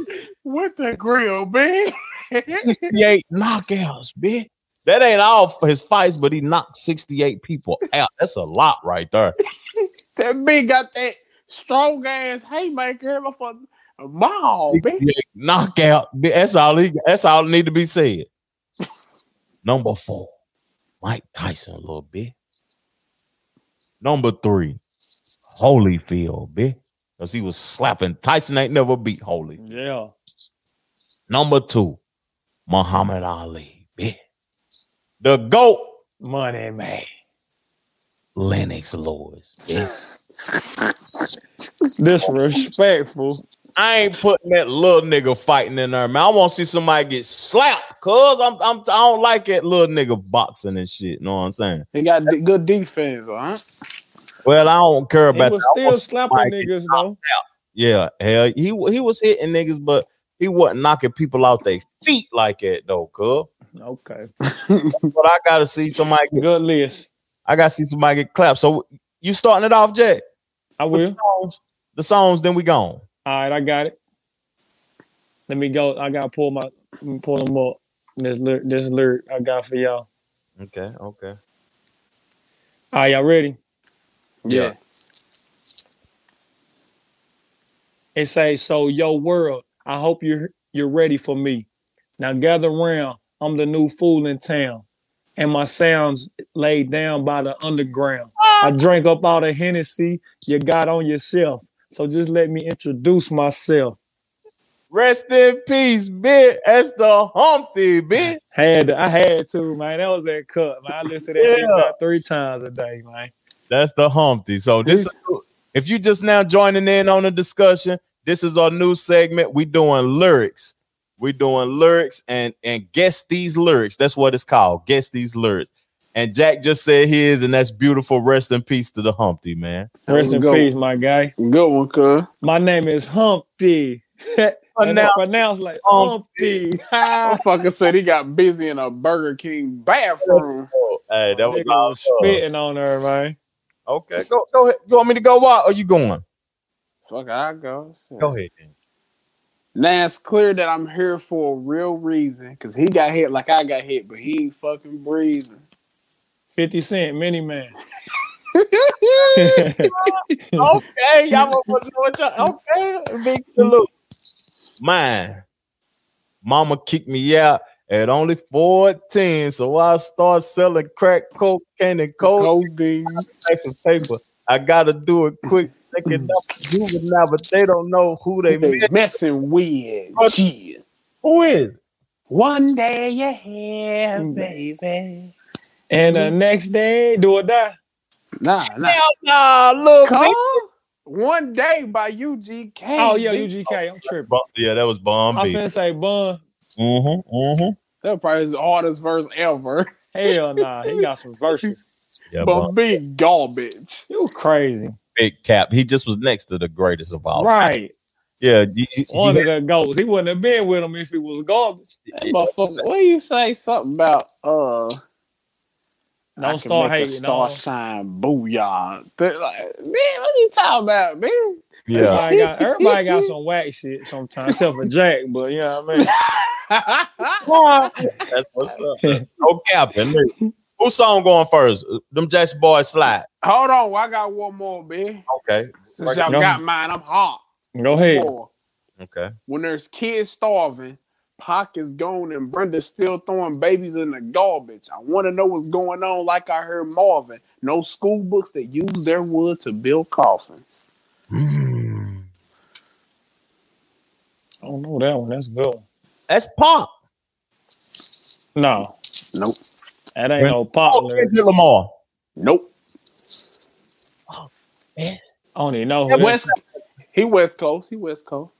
S6: what the grill, bitch?
S5: 68 knockouts, bitch. That ain't all for his fights, but he knocked 68 people out. That's a lot right there.
S6: That big got that strong ass haymaker in my fucking mall, bitch.
S5: 68 knockout. bitch. That's all he that's all need to be said. Number four, Mike Tyson a little bit. Number three, Holyfield, bitch. Because he was slapping. Tyson ain't never beat Holyfield.
S2: Yeah.
S5: Number two, Muhammad Ali. bitch. The GOAT,
S2: Money, man.
S5: Lennox Lewis. bitch.
S2: Disrespectful.
S5: I ain't putting that little nigga fighting in there, man. I want to see somebody get slapped, cuz I'm, I'm I don't like that little nigga boxing and shit. Know what I'm saying?
S6: They got d- good defense, huh?
S5: Well, I don't care
S2: He
S5: about
S2: was
S5: that. I
S2: still
S5: want
S2: slapping
S5: somebody get-
S2: niggas though.
S5: Yeah, hell, he he was hitting niggas, but he wasn't knocking people out their feet like that though, cuz.
S2: Okay. Hmm.
S5: But I gotta see somebody get
S2: Good list.
S5: I gotta see somebody get clapped. So you starting it off, Jack?
S2: I will.
S5: The songs, then we gone.
S2: All right, I got it. Let me go. I gotta pull my let me pull them up. This lyric, this lyric I got for y'all.
S5: Okay, okay.
S2: Are y'all ready?
S6: Yeah.
S2: It say, "So yo world, I hope you're you're ready for me. Now gather round. I'm the new fool in town, and my sounds laid down by the underground. I drank up all the Hennessy you got on yourself. So just let me introduce myself.
S5: Rest in peace, bitch. That's the Humpty, bitch.
S2: Had to, I had to, man. That was that cut, man. I listened to that shit
S5: Yeah.
S2: about three times a day, man.
S5: That's the Humpty. So this, if you just now joining in on the discussion, this is our new segment. We doing lyrics. We doing lyrics and and guess these lyrics. That's what it's called. Guess these lyrics. And Jack just said his, and that's beautiful. Rest in peace to the Humpty, man.
S2: Rest in peace, my guy.
S6: Good one, cuz.
S2: My name is Humpty. and I
S6: Pronounce-
S2: pronounce like "Oh,
S6: Humpty.
S2: Humpty.
S6: I fucking said he got busy in a Burger King bathroom.
S5: Hey, that was
S2: Nigga
S5: all
S2: was spitting on her, man.
S5: Okay, go go ahead. You want me to go out or you going?
S6: Fuck, I go. Shit.
S5: Go ahead. Then.
S6: Now it's clear that I'm here for a real reason, cause he got hit like I got hit, but he ain't fucking breathing.
S2: 50 Cent, Mini Man.
S5: okay, y'all want to know what y'all okay. Big salute. Mine. Mama kicked me out at only 14, so I start selling crack cocaine and codeine. Stacks of paper. I gotta do it quick. They can juvenile, but they don't know who they,
S6: They
S5: met.
S6: messing with.
S5: Fuck.
S6: Yeah.
S5: Who is?
S6: One day you're here, baby.
S2: And the next day, do or die.
S6: Nah, nah.
S5: Hell no, look.
S6: Come? One day by UGK.
S2: Oh, yeah,
S6: bitch.
S2: UGK. I'm tripping.
S5: Bu- Yeah, that was Bomb
S2: I'm
S5: B.
S2: finna say Bun.
S5: Mm-hmm, mm-hmm.
S6: That probably is the hardest verse ever.
S2: Hell nah. He got some verses.
S5: Yeah,
S6: but
S5: Bum.
S6: big garbage.
S2: You crazy.
S5: Big cap. He just was next to the greatest of all. time.
S2: Right.
S5: Oh, Yeah. you- you-
S2: One
S5: you-
S2: of the goats. He wouldn't have been with him if he was garbage.
S6: That motherfucker. What do you say something about uh I can
S2: Don't start
S6: make a
S2: hating.
S6: Star
S2: on him.
S6: sign booyah. They're like, man, what you talking about, man?
S5: Yeah.
S2: Everybody got, everybody got some whack shit sometimes, except for Jack, but you know what I mean?
S5: That's what's up. No capping. Look, Who song going first? Them Jackson Boys slide.
S6: Hold on, I got one more, man.
S5: Okay.
S6: Since y'all got mine, I'm hot.
S2: Go ahead.
S6: More.
S5: Okay.
S6: When there's kids starving, Pac is gone and Brenda's still throwing babies in the garbage. I want to know what's going on, like I heard Marvin. No school books that use their wood to build coffins.
S2: I don't know that one. That's a good one.
S5: That's Pop.
S2: No,
S6: Nope.
S2: that ain't no pop.
S5: Oh,
S2: lyric.
S5: Kendrick Lamar.
S6: Nope.
S2: I don't even know.
S6: He
S2: Who that-
S6: West, he West Coast. He West Coast.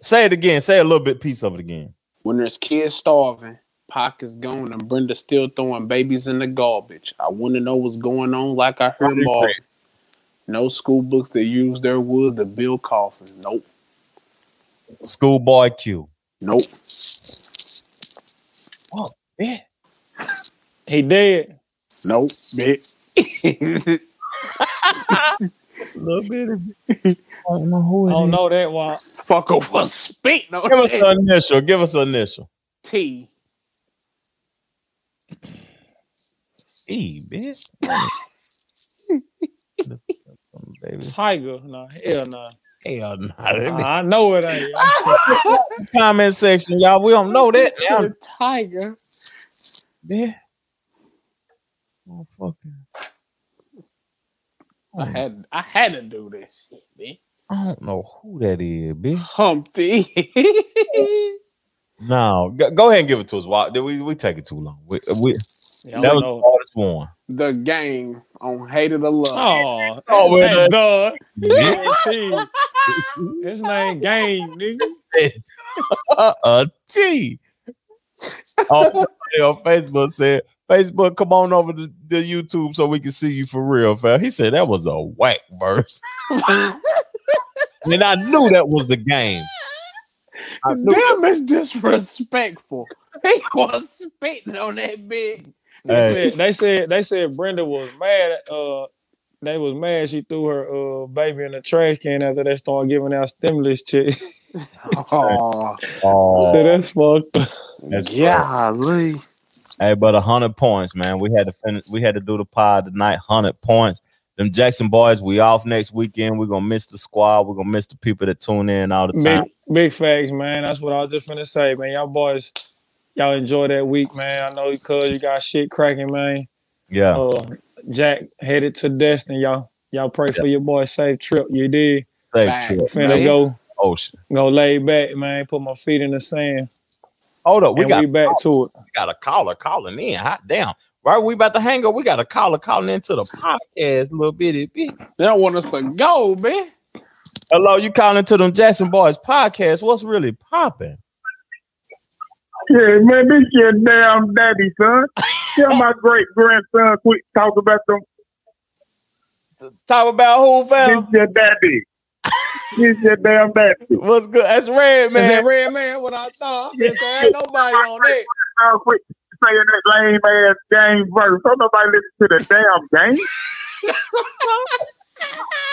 S5: Say it again. Say a little bit piece of it again.
S6: When there's kids starving, Pac is gone and Brenda's still throwing babies in the garbage. I want to know what's going on, like I heard Marvin. No school books that use their wood to build coffins. Nope.
S5: Schoolboy Q.
S6: Nope.
S5: Oh, yeah.
S2: he dead.
S6: Nope. Bitch.
S5: little bit of Oh,
S2: I don't know that one.
S6: Fuck over speak. No.
S5: Give us an initial. Give us an initial.
S6: T.
S5: E, bitch. Baby.
S2: Tiger. No, hell no.
S5: Hell no.
S2: I know it ain't.
S5: Uh, Comment section, y'all. We don't know that. now.
S6: Tiger.
S5: Yeah. Oh, fucking.
S6: I had I had to do this shit, man.
S5: I don't know who that is, bitch.
S6: Humpty.
S5: No, go, go ahead and give it to us. Why did we we take it too long? We, we,
S2: Y'all
S5: that was
S2: know.
S5: all this one.
S6: the gang on hated or love.
S2: Oh,
S5: Oh,
S2: oh
S5: wait,
S2: hey,
S5: uh,
S2: God.
S5: Yeah.
S2: Jeez. His name Game, nigga.
S5: uh, T. Oh, somebody on Facebook said, "Facebook, come on over to the YouTube so we can see you for real, fam." He said that was a whack verse, and I knew that was the game. I knew
S6: Damn, it's disrespectful. He was spitting on that bitch.
S2: They
S5: Hey.
S2: said, they said they said Brenda was mad. Uh, they was mad. She threw her uh baby in the trash can after they started giving out stimulus checks.
S6: Oh,
S5: Oh,
S2: so that's fucked. up.
S5: that's
S6: golly.
S5: Hey, but a hundred points, man. We had to finish. We had to do the pod tonight. Hundred points. Them Jackson boys, we off next weekend. We're gonna miss the squad. We're gonna miss the people that tune in all the
S2: Big,
S5: time.
S2: big facts, man. That's what I was just finna say, man. Y'all boys, y'all enjoy that week, man. I know you cuz you got shit cracking, man.
S5: Yeah.
S2: Uh, Jack headed to destiny, y'all. Y'all pray for your boy safe trip. You did.
S5: Safe trip,
S2: Finna
S5: man.
S2: go
S5: Ocean.
S2: go lay back, man. Put my feet in the sand.
S5: Hold up, we
S2: And
S5: got
S2: we back to it.
S5: We got a caller calling in. Hot damn. Right, we about to hang up. We got a caller calling into the podcast, little bitty bitch.
S6: They don't want us to go, man.
S5: Hello, you calling to them Jackson Boys podcast? What's really popping?
S11: Yeah, man, this your damn daddy, son. Tell my great grandson quit talking about them.
S5: Talk about who, fam?
S11: This your daddy. this your damn daddy.
S5: What's good? That's red,
S2: Is that red man? What I thought? I guess there ain't nobody on that.
S11: I'll quit saying that lame ass game verse. Don't nobody listen to the damn game.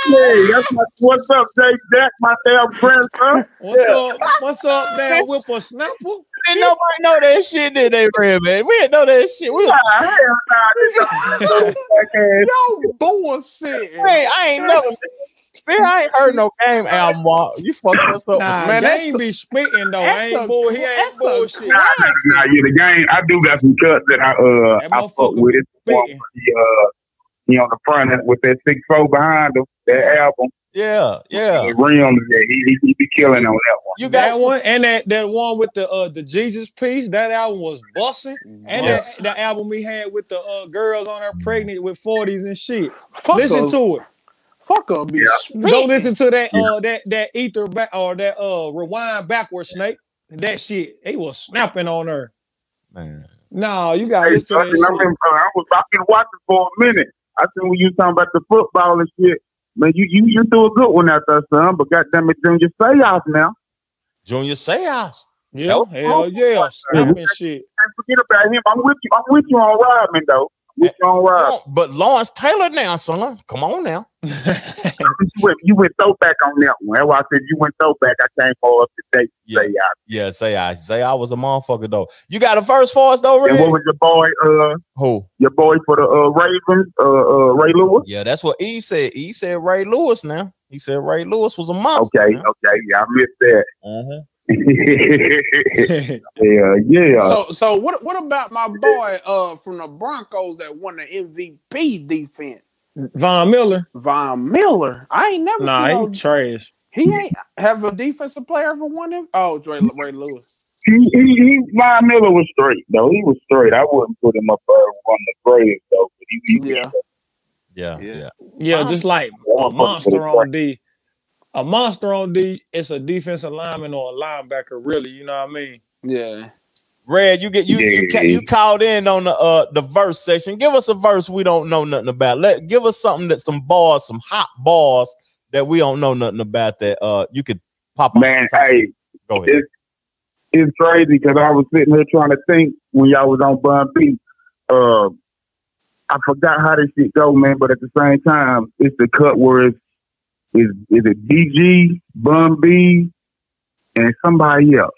S11: Hey, that's my, what's up, Jay Jack, my damn grandson?
S2: What's
S11: Yeah.
S2: up? What's up, damn whipper snapper?
S5: Didn't nobody know that shit, did they, red man? We didn't know that shit. We
S6: Yo, bullshit.
S5: Hey, I ain't never. Man, I ain't heard no game album. Walt. You fucked us up,
S2: Nah, man, they ain't be spitting though. I
S5: that's
S2: ain't
S5: a-
S2: bull. He ain't bullshit.
S11: Nah, yeah, the game. I do got some cuts that I uh I fuck with. It's the one with the, uh, he on the front end with that six four behind him. That album,
S5: Yeah, yeah.
S11: the rims, that he, he he be killing on that one.
S5: You
S2: that one and that, that one with the uh the Jesus piece. That album was busting, and
S5: Yes.
S2: that, that album we had with the uh girls on her pregnant with forties and shit.
S6: Fuck
S2: listen
S6: up.
S2: to it.
S6: Fuck up, bitch.
S2: Go listen to that uh that that ether back or that uh rewind backward snake. That shit, they was snapping on her.
S5: Man.
S2: No, you got to
S11: Hey,
S2: listen to
S11: Justin, I,
S2: that
S11: remember, I was I've been watching for a minute. I think when you talking about the football and shit, man, you you you do a good one out there, son. But goddamn it, Junior Seau now.
S5: Junior Seas.
S2: shit. Yeah, hell yeah, snapping shit.
S11: And forget about him. I'm with you. I'm with you on Rodman though. I'm with you on Rodman.
S5: But Lawrence Taylor now, son. Come on now.
S11: you went you went throwback on that one. That's why I said you went throwback. I came for up to date.
S5: Yeah.
S11: Say out.
S5: Yeah, say I say I was a motherfucker though. You got a verse for us though,
S11: And what
S5: Red?
S11: was your boy? Uh,
S5: Who?
S11: Your boy for the uh, Ravens? Uh, uh, Ray Lewis.
S5: Yeah, that's what E said. E said Ray Lewis now. He said Ray Lewis was a monster. Mm-hmm.
S11: Okay, okay, yeah, I missed that. yeah, yeah.
S6: So, so what? What about my boy uh from the Broncos that won the MVP defense?
S2: Von Miller.
S6: Von Miller. I ain't never
S2: Nah,
S6: seen
S2: he
S6: no.
S2: trash.
S6: He ain't have a defensive player ever won him. Oh, Ray, Ray Lewis.
S11: he, he, he, Von Miller was straight though. He was straight. I wouldn't put him up there on the greatest though. But he, he yeah.
S5: Yeah, yeah.
S2: Yeah, just like a monster on D. A monster on D, it's a defensive lineman or a linebacker, really. You know what I mean?
S6: Yeah.
S5: Red, you get you you, ca- you called in on the uh the verse section. Give us a verse we don't know nothing about. Let give us something that some bars, some hot bars that we don't know nothing about that uh you could pop on
S11: Man,
S5: the top.
S11: hey,
S5: go ahead.
S11: it's, it's crazy because I was sitting here trying to think when y'all was on Bun B. Uh, I forgot how this shit go, man. But at the same time, it's the cut where it's is is it DG Bun B and somebody else.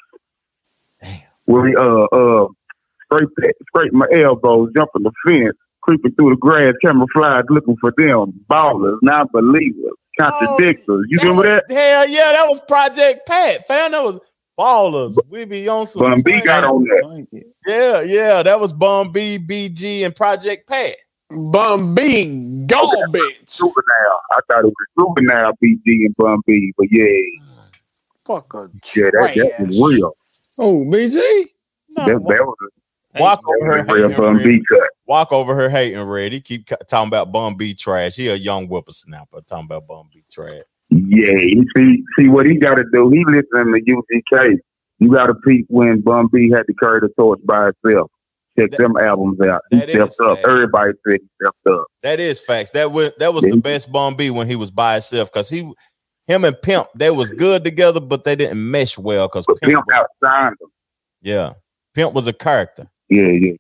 S11: Where we uh uh scrape that, scrape my elbows, jumping the fence, creeping through the grass, camouflage, looking for them ballers, not believers, contradictors. you remember that?
S5: Hell yeah, that was Project Pat. Fam, that was ballers. We be on some
S11: Bun B got on that.
S5: Yeah, yeah, that was Bum B, BG, and Project Pat.
S6: Bum B, garbage.
S11: Juvenile. I thought it was juvenile BD and Bum B, but yeah,
S6: Fuck a
S11: yeah, that, that was real.
S2: Oh, BG.
S11: That, that was
S5: Walk over
S11: a
S5: her
S11: real
S5: hating
S11: Bum
S5: Red.
S11: B cut.
S5: Walk over her hating Red. He keep ca- talking about Bum B trash. He a young whippersnapper talking about Bum B trash.
S11: Yeah, you see, see what he got to do. He listening to UGK. You got to peep when Bum B had to carry the torch by itself. Check them albums out. He
S5: that is
S11: stepped up. Everybody said he stepped up.
S5: That is facts. That was that was the best Bum B when he was by himself because he him and Pimp, they was good together, but they didn't mesh well because
S11: But Pimp outshined him.
S5: Yeah. Pimp was a character.
S11: Yeah, yeah,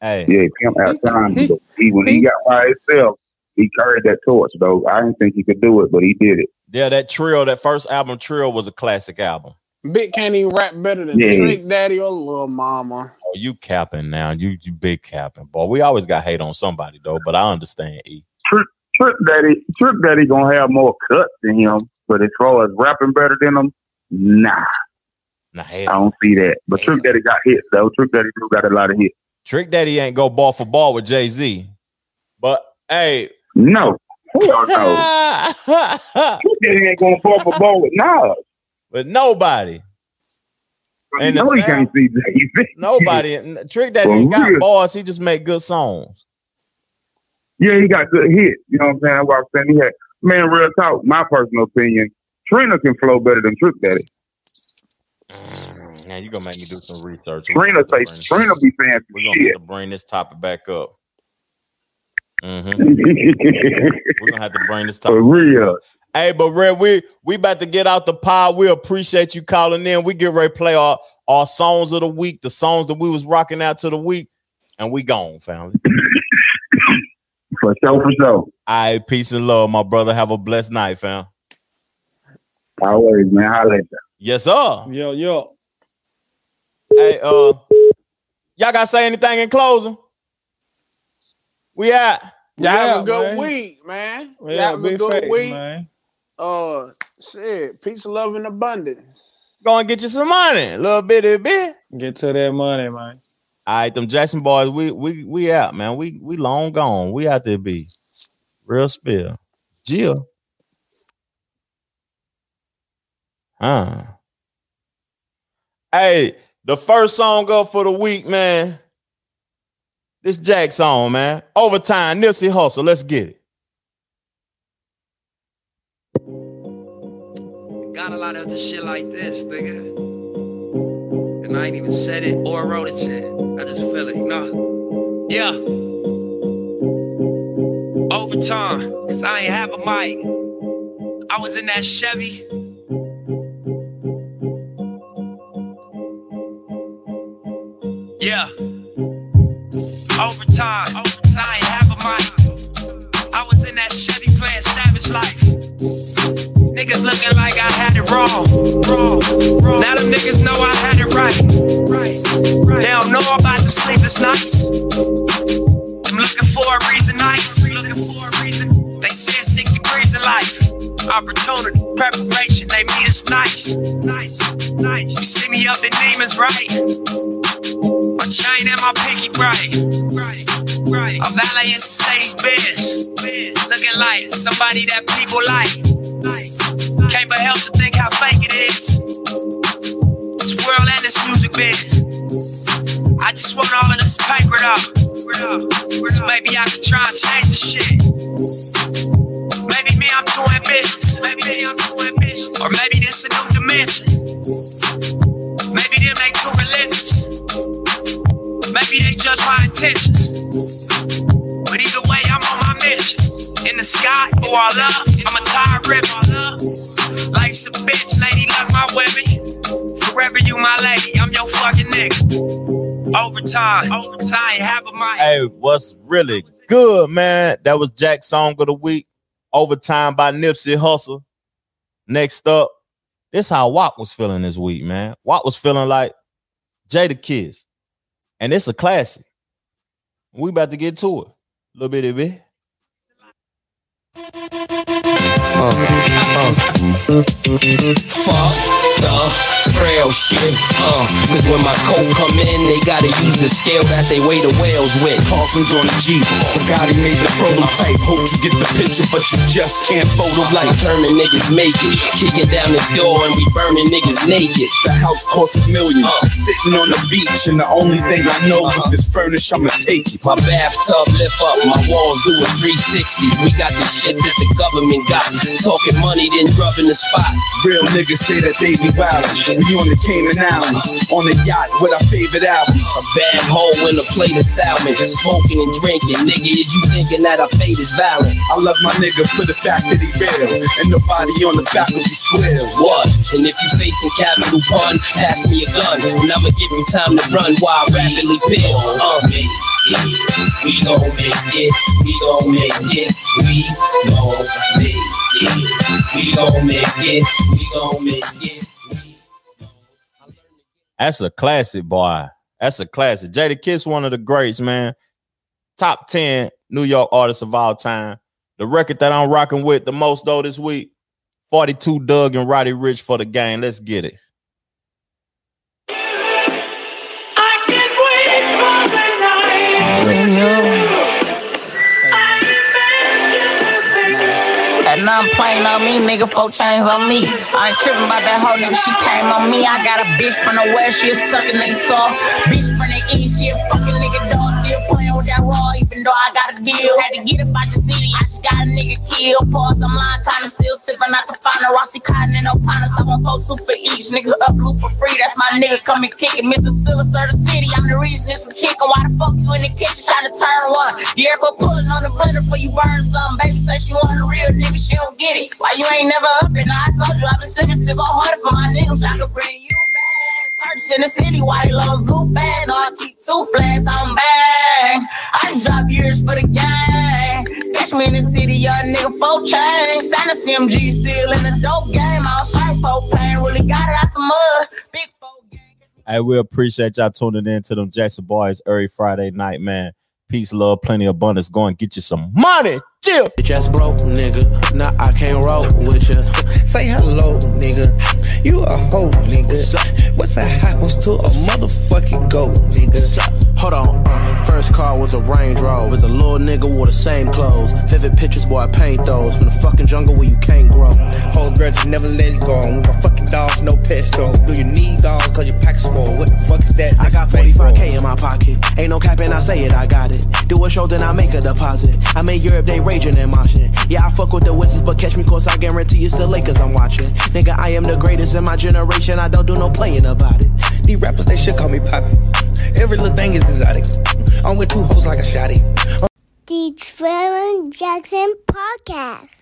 S5: Hey.
S11: yeah. Pimp outshined him. But he, when he got by himself, he carried that torch. Though I didn't think he could do it, but he did it.
S5: Yeah, that trio, that first album trio was a classic album.
S6: Big can't even rap better than
S11: Yeah.
S6: Trick Daddy or Lil Mama.
S5: you capping now. You you big capping, boy. We always got hate on somebody though, but I understand E.
S11: Trip, Trip Daddy, Trip Daddy gonna have more cuts than him, but as far as rapping better than him, nah.
S5: Nah,
S11: I don't see that. But Trick Daddy got hits though. Trick Daddy do got a lot of hits.
S5: Trick Daddy ain't go ball for ball with Jay Z, but hey,
S11: no, hell no. Trick Daddy ain't gonna ball for ball with Nas.
S5: With nobody. And the
S11: no, he
S5: sound-
S11: can't see Jay-Z.
S5: Nobody n- Trick Daddy
S11: For
S5: ain't got
S11: real.
S5: bars. He just make good songs.
S11: Yeah, he got good hits. You know what I'm saying? That's why I'm saying he had man, real talk, my personal opinion, Trina can flow better than Trick Daddy.
S5: Man, you gonna make me do some research.
S11: Trina say Trina be saying some
S5: We're gonna have
S11: shit.
S5: to bring this topic back up. We're
S11: For
S5: gonna have to bring this topic.
S11: real.
S5: Hey, but Red, we we about to get out the pod. We appreciate you calling in. We get ready to play our, our songs of the week, the songs that we was rocking out to the week, and we gone, family.
S11: For sure, for sure.
S5: All right, peace and love, my brother. Have a blessed night, fam.
S11: Always, man. Holla at
S5: Yes, sir.
S2: Yo, yo.
S5: Hey, uh, y'all gotta say anything in closing? We out.
S6: Y'all have
S2: Yeah,
S6: a good
S2: man.
S6: week, man. Y'all
S2: Yeah,
S6: have a
S2: big
S6: good
S2: facts,
S6: week.
S2: man.
S6: Uh, shit, peace, love, and abundance.
S5: Go and get you some money, little bitty bit.
S2: Get to that money, man.
S5: All right, them Jackson boys, we we we out, man. We we long gone. We out there, be real spill. Jill, huh? Hey, the first song up for the week, man. This Jack song, man. Overtime, Nipsey Hustle. Let's get it.
S15: Got a lot of other shit like this, nigga. And I ain't even said it or wrote it yet. I just feel it, you know? Yeah. Overtime, cause I ain't have a mic. I was in that Chevy. Yeah. Overtime, cause I ain't have a mic. I was in that Chevy playing Savage Life. Niggas looking like I had it wrong. wrong, wrong. Now them niggas know I had it right. right, right. They don't know about them sleepless nights. I'm looking for a reason nights. Looking for a reason. They said six degrees of life. Opportunity, preparation, they mean it's nice. Nice, nice. You see me up in demons, right? My chain and my pinky bright. Right, right. A valet in Mercedes Benz. Looking like somebody that people like. Can't but help to think how fake it is. This world and this music biz. I just want all of this papered up. So maybe I can try and change the shit. Maybe me, I'm too ambitious. Maybe I'm too ambitious. Or maybe this a new dimension. Maybe them ain't too religious. Maybe they judge my intentions. But either way, I'm on my mission. In the sky oh, or all up, I'm a tire ripper. Life's a bitch, lady, love my women. Forever you my lady, I'm your fucking nigga. Overtime, cause I ain't have a mic.
S5: Hey, what's really good, man? That was Jack's song of the week. Overtime by Nipsey Hustle. Next up, this how Watt was feeling this week, man. Watt was feeling like Jada Kiss. And it's a classic. We about to get to it. little bitty bit.
S16: Fuck the frail shit, uh. Cause when my coat come in, they gotta use the scale that they weigh the whales with. Parsons on the Jeep, Bugatti made the prototype. Hope you get the picture, but you just can't photo like. Determined niggas make it, kicking down the door and we burning niggas naked. The house costs a million, Uh, sitting on the beach and the only thing I know if it's furnished, I'ma take it. My bathtub lift up, my walls do a 360. We got the shit that the government got. Talking money, then rubbing the spot. Real niggas say that they be wild. We on the Cayman Islands, on the yacht with our favorite albums. A bad hoe in a plate of salmon, smoking and drinking. Nigga, is you thinking that our fate is violent? I love my nigga for the fact that he real, and nobody on the faculty square. What? And if you facing capital pun, pass me a gun, and I'ma give you time to run while I rapidly peel. Uh, we gon' make it, we gon' make it, we gon' make it, we gon' make it, we gon' make it.
S5: That's a classic, boy. That's a classic. Jada Kiss, one of the greats, man. Top 10 New York artists of all time. The record that I'm rocking with the most, though, this week 42 Doug and Roddy Rich for the game. Let's get it.
S1: And I'm playing on me, nigga, four chains on me. I ain't tripping about that hoe nigga, she came on me. I got a bitch from the west, she a sucking nigga soft. Bitch from the east, she a fucking nigga dog. Still playing with that wall, even though I got a deal. Had to get up out the city, I just got a nigga killed. Pause, I'm lying, kinda still sipping out the final. Rossi Cotton and O'Connors, I want four two for each. Nigga up loop for free, that's my nigga, come and kick it. Mr. Stiller, sir, the city, I'm the reason it's some chicken. Why the fuck you in the kitchen trying to turn one? You ever pulling on the blender for you burn something? Baby say she want a real nigga, she don't get it. Why you ain't never up and I told you I've been sipping, still go harder for my niggas. I could bring you back. Search in the city, white lows, blue fans. No, I keep two flags, I'm back. I just drop years for the gang. Catch me in the city, young nigga, four chain. Sign a CMG still in the dope game. I'll strike four pain, really got it out the mud. Big
S5: Hey, we appreciate y'all tuning in to them Jackson Boys every Friday night, man. Peace, love, plenty of abundance. Go and get you some money. Chill.
S3: Bitch ass broke, nigga. Nah, I can't roll with ya.
S4: Say hello, nigga. You a hoe, nigga. What's a happens to a motherfucking goat, nigga?
S3: Hold on, uh, first car was a Range Rover. As a little nigga wore the same clothes. Vivid pictures, boy, I paint those. From the fucking jungle where you can't grow.
S4: Hold grudges, never let it go. And with my fucking dogs, no pets though. Do you need dogs? Cause your pack full. What the fuck is that?
S3: I got 45k in my pocket. Ain't no cap and I say it, I got it. Do a show, then I make a deposit. I'm in Europe, they raging and moshing. Yeah, I fuck with the Wizards, but catch me close, I guarantee it's the Lakers I'm watching. Nigga, I am the greatest in my generation, I don't do no playing about it.
S4: These rappers, they should call me Poppy. Every little thing is exotic. I'm with two hoes like a shotty.
S17: The Trevor Jackson Podcast.